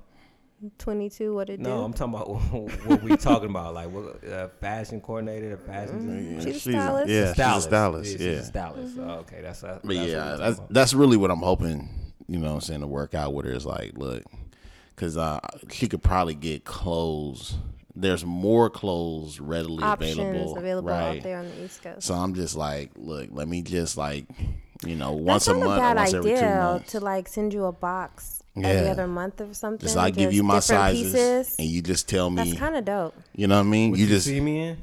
22, what it do?
No, I'm talking about what we talking about. Like what uh, fashion coordinator, a fashion
Mm-hmm. She's a stylist? Mm-hmm.
Yeah, she's a
stylist.
stylist.
Yeah,
Yeah.
she's a stylist. Oh, okay, that's that's
But
what we
yeah,
talking
that's,
about.
that's really what I'm hoping, you know what I'm saying, to work out with her is like, look, because uh, she could probably get clothes. There's more clothes readily
Options
available.
available,
right?
out there on the East Coast.
So I'm just like, look, let me just like, you know, once
That's
a
not
month or
bad
once every two months.
to like send you a box every
Yeah.
other month or something.
just like give you my
different
sizes
pieces.
and you just tell
That's
me,
kind of dope.
you know what I mean?
What
You just,
see me in.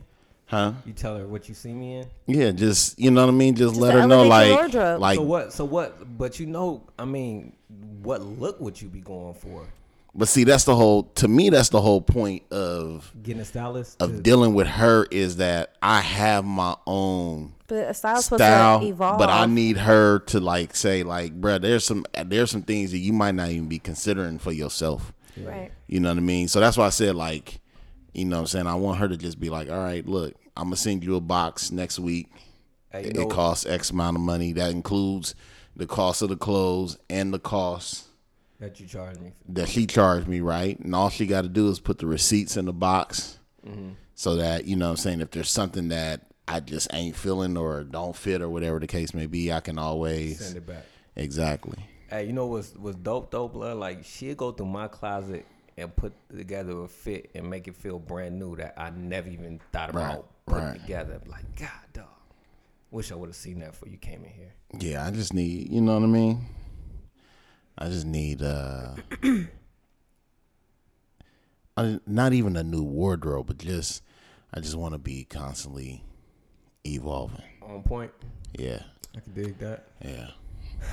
huh?
You tell her what you see me in.
Yeah, just, you know what I mean? Just, let
to
her know,
elevate your
like,
wardrobe.
like,
So what? So what? But you know, I mean, what look would you be going for?
but see, that's the whole, to me, that's the whole point of
Getting a stylist.
of
to-
dealing with her is that I have my own
But a style's supposed
style,
to evolve.
but I need her to like say like, bruh, there's some there's some things that you might not even be considering for yourself.
right.
You know what I mean? So that's why I said like, you know what I'm saying? I want her to just be like, all right, look, I'm gonna send you a box next week.
Hey, you
It,
know-
it costs X amount of money. That includes the cost of the clothes and the cost
that you charge me. for.
that she charged me, right? And all she got to do is put the receipts in the box
Mm-hmm.
so that, you know what I'm saying, if there's something that I just ain't feeling or don't fit or whatever the case may be, I can always.
Send it back.
Exactly.
Hey, you know what's was dope dope blood? Like she'll go through my closet and put together a fit and make it feel brand new that I never even thought about
Right,
putting
right.
together. Like God, dog. Wish I would have seen that before you came in here.
Yeah, I just need, you know what I mean? I just need, uh, I, not even a new wardrobe, but just, I just want to be constantly evolving.
On point.
Yeah.
I can dig that.
Yeah,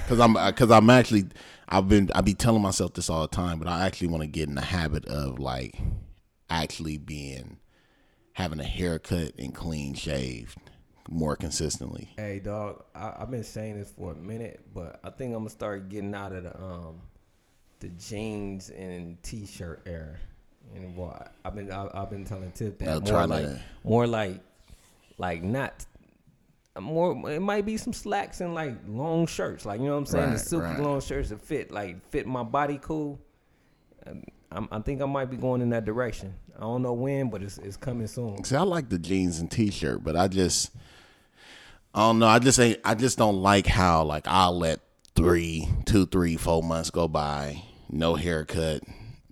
because I'm because I'm actually I've been I be telling myself this all the time, but I actually want to get in the habit of like actually being having a haircut and clean shaved more consistently.
Hey dog, I, I've been saying this for a minute, but I think I'm gonna start getting out of the um the jeans and t-shirt era. And what I've been I, I've been telling Tip that
Now
more
try to-
like more like like not more it might be some slacks and like long shirts like you know what i'm saying the
Right,
super
right.
long shirts that fit like fit my body cool And I'm, i think i might be going in that direction i don't know when but it's, it's coming soon
See, I like the jeans and t-shirt, but I just I don't know. I just ain't. I just don't like how like I'll let three, two, three, four months go by, no haircut,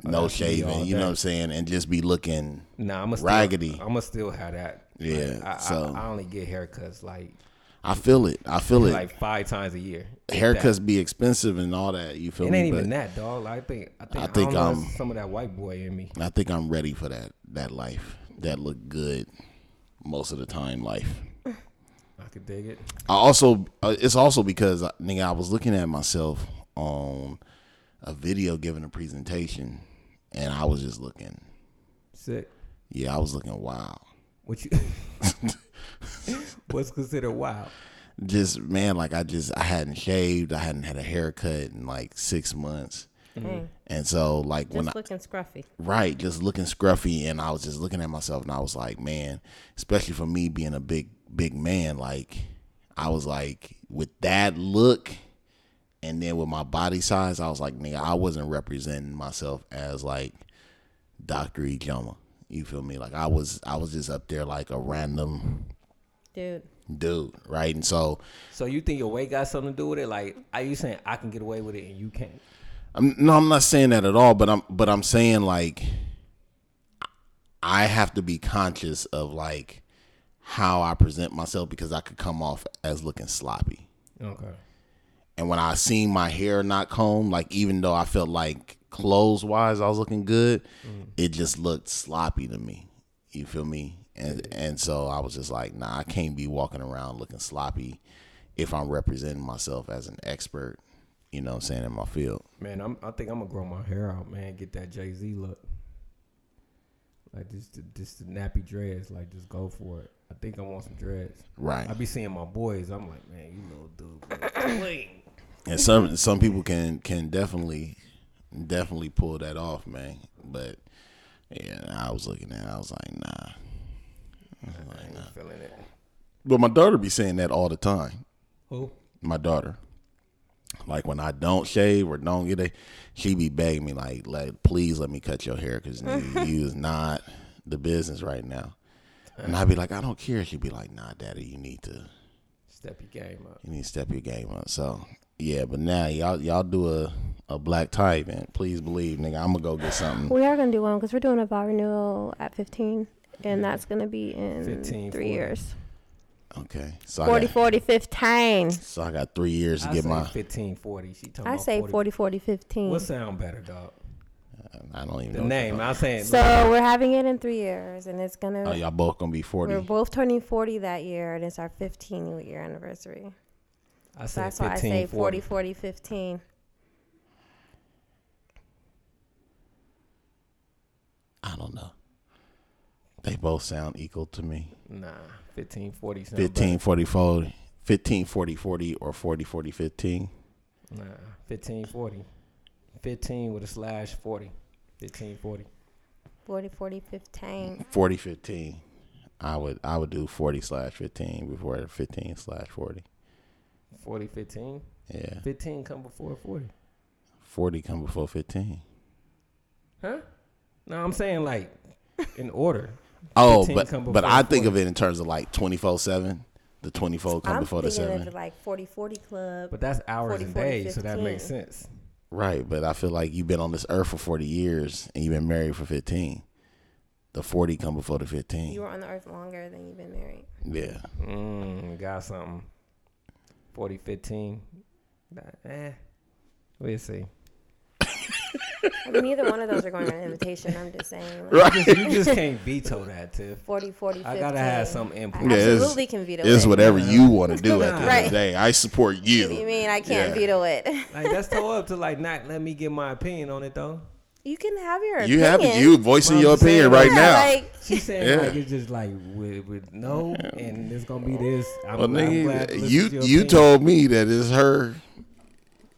no
Oh, that should be all
shaving. You
day.
know what I'm saying, and just be looking.
nah i'm still,
Raggedy.
i'm gonna still have that Like,
Yeah,
I, I-
so-
I, only get haircuts like
I feel it. I feel it.
like five times a year If
haircuts be expensive and all that. You
that.
feel
it
me?
ain't even
but
that dog like, i think i think i,
I think,
don't know,
um,
it's some of that white boy in me
I think I'm ready for that. That life. That look good most of the time. Life.
i could dig it
I also. Uh, it's also because uh, nigga, I was looking at myself on a video giving a presentation, and I was just looking.
sick
Yeah, I was looking wild.
What you? what's considered wild?
Just man, like I just I hadn't shaved. I hadn't had a haircut in like six months.
Dang,
And so, like when I,
Just looking scruffy.
Right, just looking scruffy, and I was just looking at myself, and I was like, man, especially for me being a big, big man, like I was like, with that look, And then with my body size, I was like, nigga, I wasn't representing myself as like Dr. Ejoma. You feel me? Like I was I was just up there like a random
dude.
dude, right? And so
So you think your weight got something to do with it? Like, are you saying I can get away with it and you can't?
I'm, no, I'm not saying that at all, but I'm but I'm saying like I have to be conscious of like how I present myself because I could come off as looking sloppy.
Okay.
And when I seen my hair not combed, like even though I felt like clothes wise I was looking good, it just looked sloppy to me. You feel me? And and so I was just like, nah, I can't be walking around looking sloppy if I'm representing myself as an expert, you know what I'm saying, in my field.
Man, I'm, I think I'm gonna grow my hair out, man. Get that Jay Z look. Like just the, just the nappy dreads. Like just go for it. I think I want some dreads.
Right.
I be seeing my boys. I'm like, man, you little dude, clean.
And some some people can can definitely definitely pull that off, man. But yeah, I was looking at, it, I was like, nah.
I ain't feeling it.
But my daughter be saying that all the time.
Who?
My daughter, like when I don't shave or don't get a, she be begging me like, like please let me cut your hair because you is not the business right now. And I'd be like, I don't care. She'd be like, Nah, daddy, you need to
Step your game up.
you need to step your game up. So yeah, but now y'all y'all do a a black tie event. Please believe, nigga, I'm gonna go get something.
We are gonna do one because we're doing a vow renewal at 15, and that's gonna be in
15,
three
40.
years.
Okay, so I
40,
got,
40, 15.
so I got three years to
I
get
say
my.
15, 40. She talking
I
about
say 40, 40, 15.
What sound better, dog?
I don't even
The
know what
name.
the
I'm saying.
so we're having it in three years, and it's gonna.
fuck- Oh, y'all both gonna be
We're
forty.
both turning 40 that year, and it's our 15 year anniversary. So
I say
that's why I
15,
say 40,
40.
40, 15.
I don't know. They both sound equal to me.
Nah, 15, 40 sound
15, 40, 40, 15, 40, 40, or 40, 40, 15.
Better. Nah, 15, 40. 15 with a slash 40. 15, 40.
40, 40, 15.
40, 15. I would I would do 40 slash 15 before 15 slash 40.
40, 15.
Yeah.
15 come before 40.
40 come before 15.
Huh? No, I'm saying like in order.
Oh,
15
but
come
but
before
I think
40.
of it in terms of like twenty four seven. The twenty four come
I'm
before the
thinking of
seven,
it like 40, 40 club.
But that's hours
40,
and
40,
days, so that
15.
makes sense.
right? But I feel like you've been on this earth for forty years and you've been married for fifteen. The forty come before the fifteen.
you were on the earth longer than you've been married.
yeah,
Mm, got something. 40, 15. Nah, eh. We'll see.
I mean, neither one of those are going on an invitation. I'm just saying. Like,
You just, you just can't veto that, Tiff.
40, 40, 15.
I gotta have some
I
input.
Yeah, it's-
absolutely can veto
it's
it.
whatever you want to do at the end of
Right.
the day. I support
What do you
you.
mean I can't
Yeah.
veto it?
Like that's tore up to like not let me get my opinion on it though.
you can have your opinion.
You have it. You voicing your
I'm saying,
opinion right
yeah,
now.
Like,
She saying
Yeah.
like it's just like with, with no, and it's gonna be this. I'm,
well,
I'm glad to
nigga,
listen
you
to your
you
opinion.
told me that it's her.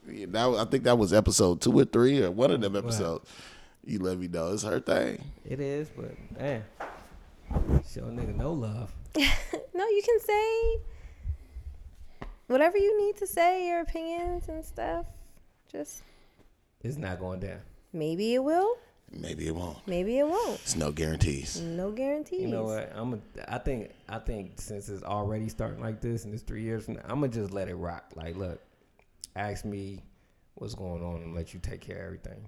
Yeah, That was- I think that was episode two or three or one of them episodes. You let me know it's her thing.
it is, but man, show a nigga no love.
no, you can say whatever you need to say, your opinions and stuff. Just
It's not going down.
maybe it will,
Maybe it won't.
maybe it won't.
It's no guarantees.
No guarantees.
You know what? I'm. A, I think. I think since it's already starting like this, and it's three years from now, I'm gonna just let it rock. Like, look, ask me what's going on, and let you take care of everything.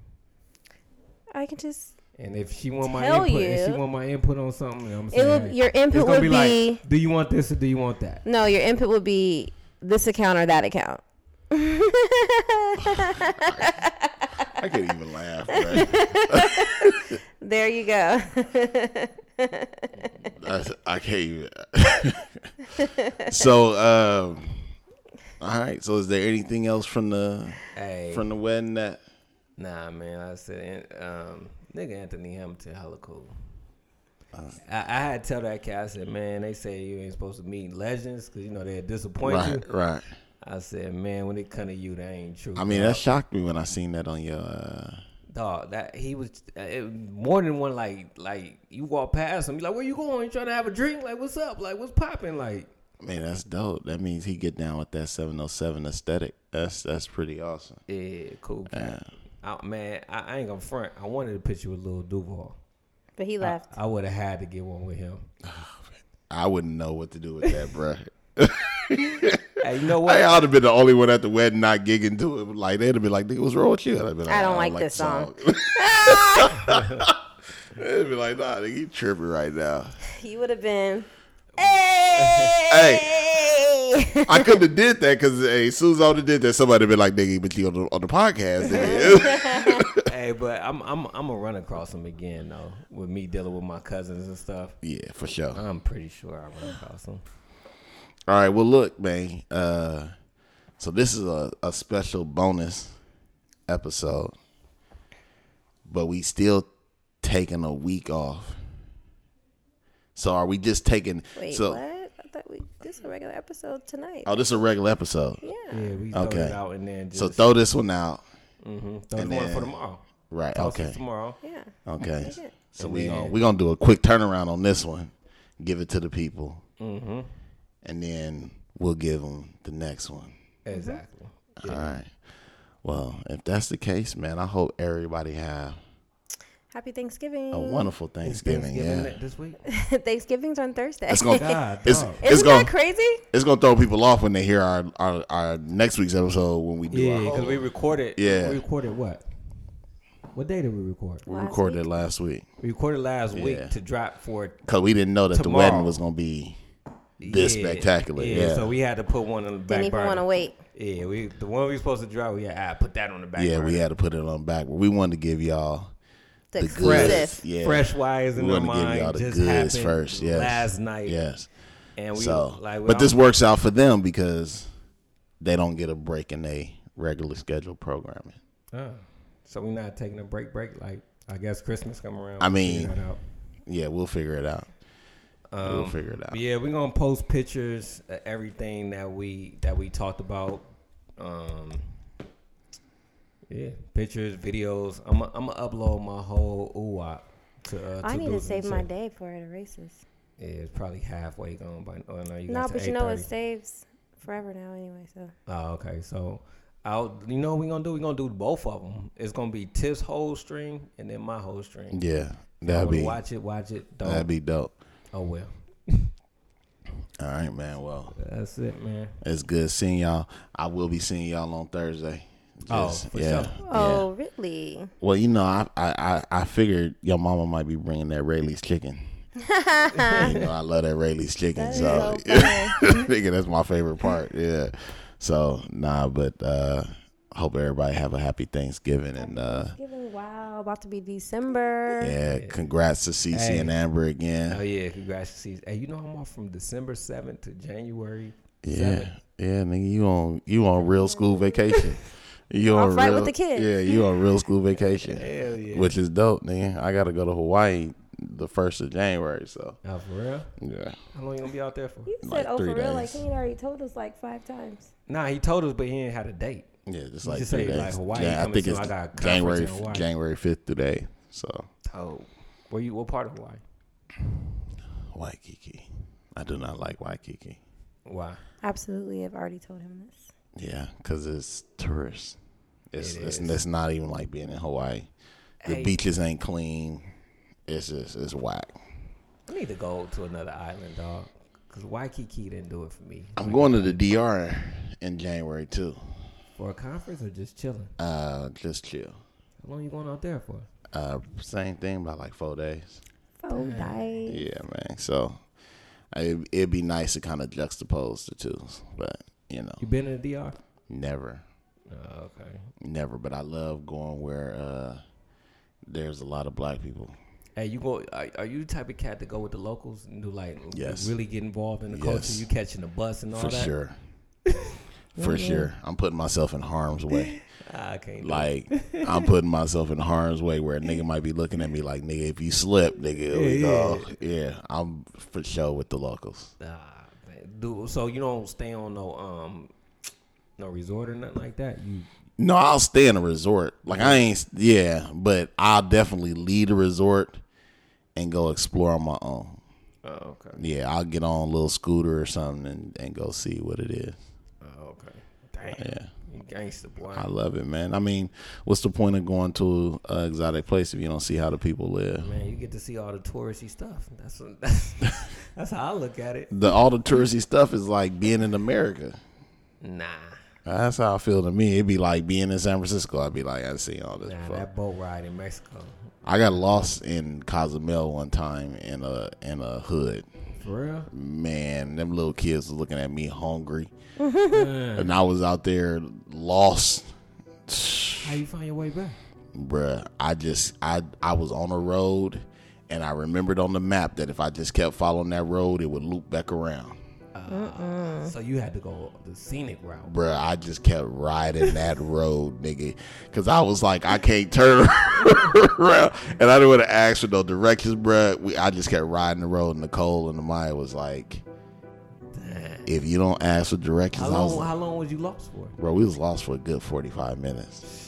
I can just.
And if she want my
Tell
input, if she
you.
want my input on something, I'm
It
saying
will. Your
it's
input
gonna
would
be
be,
like, do you want this or do you want that?
no. Your input would be this account or that account.
I can't even laugh. bruh.
There you go.
That's- I can't even. so, um, all right. So, is there anything else from the
Hey,
from the wedding that?
Nah, man. I said, um, nigga, Anthony Hamilton, hella cool.
Uh,
I, I had to tell that cat. I said, man, they say you ain't supposed to meet legends because you know they'll disappoint you.
Right, right.
I said, man, when it come to you, that ain't true.
I mean,
dog.
that shocked me when I seen that on your. Uh,
dog. That he was uh, it, more than one. Like, like you walk past him, you like, where you going? You trying to have a drink? Like, what's up? Like, what's popping? Like,
Man, that's dope. That means he get down with that 707 aesthetic. That's that's pretty awesome.
Yeah, cool.
Yeah.
I, man, I, I ain't gonna front. I wanted to picture with Lil Duval.
But he left.
I would have had to get one with him.
I wouldn't know what to do with that, bruh.
Hey, you know
I
what?
ought have been the only one at the wedding not gigging to it. Like they'd have been like, "Nigga, what's wrong with you?" I'd have been
I don't like this
the they'd be like, "Nah, nigga, you tripping right now."
he would have been. Hey.
I couldn't have did that because hey, as soon as I would have did that, somebody would have been like, "Nigga, but you on the, on the podcast." Nigga.
hey, but I'm I'm I'm gonna run across him again though. With me dealing with my cousins and stuff,
yeah, for sure.
I'm pretty sure I run across him.
All right. Well, look, man. Uh, so this is a, a special bonus episode, but we still taking a week off. So are we just taking?
Wait,
so
what? I thought we this is a regular episode tonight.
oh, this is a regular episode.
yeah.
Yeah, we throw
Okay.
it out and then just
So throw this one out.
throw the one
then-
for tomorrow.
Right.
Toss it
okay.
tomorrow.
Yeah.
Okay.
Take it.
So
And
we
then-
gonna we gonna do a quick turnaround on this one, give it to the people,
Mm-hmm.
and then we'll give them the next one.
Exactly.
All right. Well, if that's the case, man, I hope everybody have
Happy Thanksgiving.
a wonderful Thanksgiving.
Thanksgiving
yeah,
this week.
Thanksgiving's on Thursday.
it's gonna
God,
it's,
dog.
it's
Isn't
gonna
that crazy?
it's gonna throw people off when they hear our our, our next week's episode when we do
Yeah,
our whole,
because we recorded.
Yeah.
we recorded what? What day did we record?
we
Last
recorded it last week
We recorded last
Yeah.
week to drop for
because we didn't know that
Tomorrow.
the wedding was gonna be this spectacular. Yeah,
so we had to put one on the back
Didn't even
burner.
want to wait.
Yeah, we the one we were supposed to drop. We had ah, put that on the back.
yeah,
burner.
we had to put it on back, but we wanted to give y'all
The
the
exclusive.
goods. Yeah,
fresh wires in
We
our
wanna give
mind.
y'all the
just
goods
happened
first, yes.
last night.
yes.
and we
so,
like.
but this
without-
works out for them because they don't get a break in their regular scheduled programming.
Ah, so we're not taking a break. Break like I guess Christmas come around.
I
we'll figure
mean,
that out.
Yeah, we'll figure it out.
Um,
we'll figure it out.
But yeah, we're gonna post pictures of everything that we that we talked about. Um, yeah, pictures, videos. I'm i I'm gonna upload my whole UWAP to. Uh,
I need to
to-dos
save
and
my
shit.
day for the races.
Yeah, it's probably halfway gone by. Oh, no, you
No,
got to
but you know it
8:30.
saves forever now anyway. So
Oh, okay. So, I'll. You know what we're gonna do? We're gonna do both of them. It's gonna be Tiff's whole stream and then my whole stream.
Yeah,
I
that'd
wanna
be
watch it. Watch it. Don't.
that'd be dope.
oh well.
All right, man. Well,
That's it, man.
it's good seeing y'all. I will be seeing y'all on Thursday.
Oh, for
yeah.
sure.
Oh really?
Well, you know, I, I I I figured your mama might be bringing that Rayleigh's chicken. you know, I love that Rayleigh's chicken.
That is
so,
so funny.
nigga, that's my favorite part. Yeah. So, nah, but uh hope everybody have a happy Thanksgiving and uh
Giving wow, about to be December.
yeah, congrats to CC and
Hey.
Amber
Oh
again.
yeah, congrats to season. Hey, you know I'm off from December seventh to January.
Yeah. Yeah, nigga, you on you on real school vacation. You
Off
on
right
real,
with the kids.
Yeah, you on real school vacation.
Hell yeah.
Which is dope, nigga. I gotta go to Hawaii the first of January, so
Oh, for real?
yeah.
How long you gonna be out there for?
You said
Like
oh for
three
real, like
days.
he had already told us like five times.
Nah, he told us, but he ain't had a date.
Yeah, just
You
like
just
three
say,
days.
like, Hawaii
yeah, I
coming
think
soon.
it's
I got a conference
January
in Hawaii.
January fifth today. So
Oh, where you? What part of Hawaii?
Waikiki, I do not like Waikiki.
Why?
Absolutely, I've already told him this.
Yeah, because it's tourists. It's
It
it's,
is.
it's not even like being in Hawaii. The
Hey.
beaches ain't clean. It's just it's whack.
I need to go to another island, dog. Cause Waikiki didn't do it for me.
I'm going to the DR in January too.
for a conference or just chilling.
Uh, just chill.
How long you going out there for?
Uh, same thing, about like four days.
Oh, die.
Yeah, man. So it, it'd be nice to kind of juxtapose the two, but you know,
You been in the DR?
never.
Oh, okay.
Never, but I love going where uh, there's a lot of black people.
Hey, you go? Are, are you the type of cat to go with the locals and do like
Yes.
really get involved in the culture?
Yes.
You catching the bus and all
For
that?
sure. For sure. I'm putting myself in harm's way.
Ah, I can't. do it.
Like, I'm putting myself in harm's way where a nigga might be looking at me like, nigga, if you slip, nigga, here we go. Yeah, I'm for sure with the locals.
Ah, man. Dude, so you don't stay on no um no resort or nothing like that. You
No, I'll stay in a resort. Like, I ain't, yeah, but I'll definitely leave the resort and go explore on my own.
Oh, okay.
Yeah, I'll get on a little scooter or something and, and go see what it is.
Oh, okay. Damn.
Yeah.
You gangster boy.
I love it, man. I mean, what's the point of going to an exotic place if you don't see how the people live?
Man, you get to see all the touristy stuff. That's what, that's, that's how I look at it.
The all the touristy stuff is like being in America.
Nah.
That's how I feel to me. It'd be like being in San Francisco. I'd be like, I've seen all this.
Nah,
before.
that boat ride in Mexico.
I got lost in Cozumel one time in a in a hood.
For real?
Man, them little kids was looking at me hungry, and I was out there lost.
How you find your way back?
bruh i just i i was on a road and i remembered on the map that if i just kept following that road it would loop back around Uh-huh.
So you had to go the scenic route.
bruh i just kept riding that road nigga because i was like i can't turn around and i didn't want to ask for no directions bruh we, i just kept riding the road and nicole and amaya was like if you don't ask for directions
How
i was
long?
like,
How long was you lost for?
bro we was lost for a good 45 minutes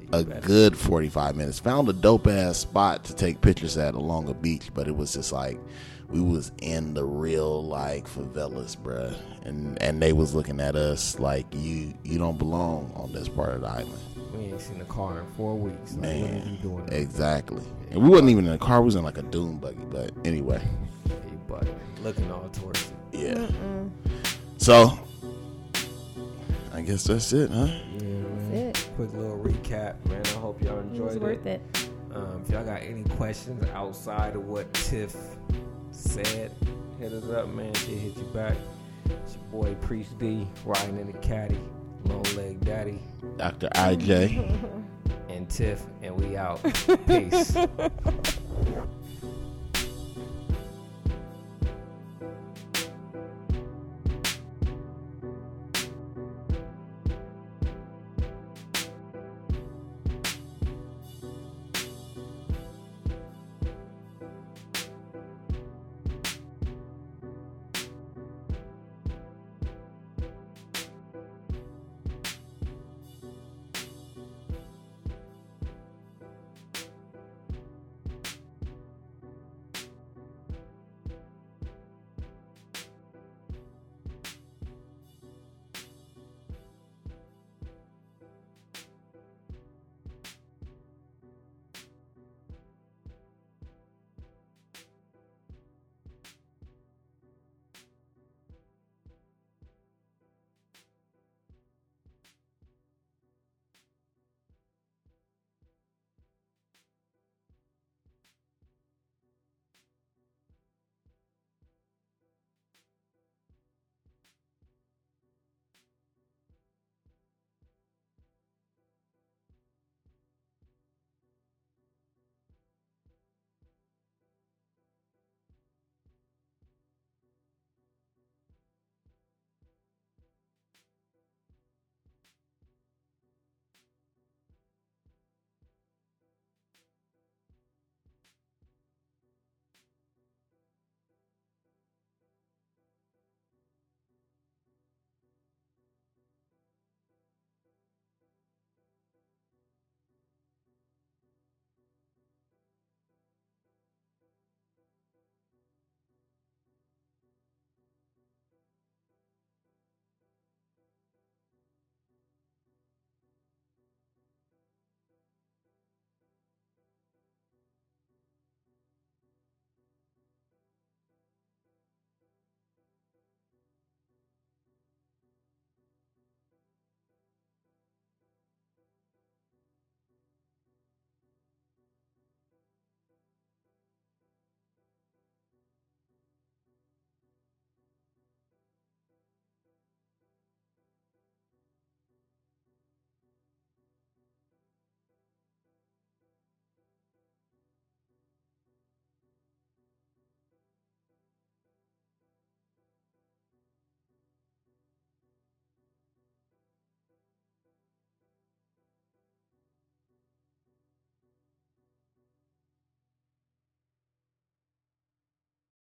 You
a
better-
good 45 minutes. Found a dope ass spot to take pictures at along a beach, but it was just like we was in the real like favelas, bruh. And and they was looking at us like you you don't belong on this part of the island.
We ain't seen a car in four weeks. Like, what are you doing? Hey,
Exactly. And we wasn't even in a car, we was in like a dune buggy, but anyway.
but looking all towards
Yeah. So I guess that's it, huh?
Yeah, man.
That's it.
Quick little recap, man. I hope y'all
It was
enjoyed
worth it.
Um, if y'all got any questions outside of what Tiff said, hit us up, man. She hit you back. It's your boy Priest D riding in the caddy, long leg daddy,
Dr. IJ.
and Tiff, and we out. Peace.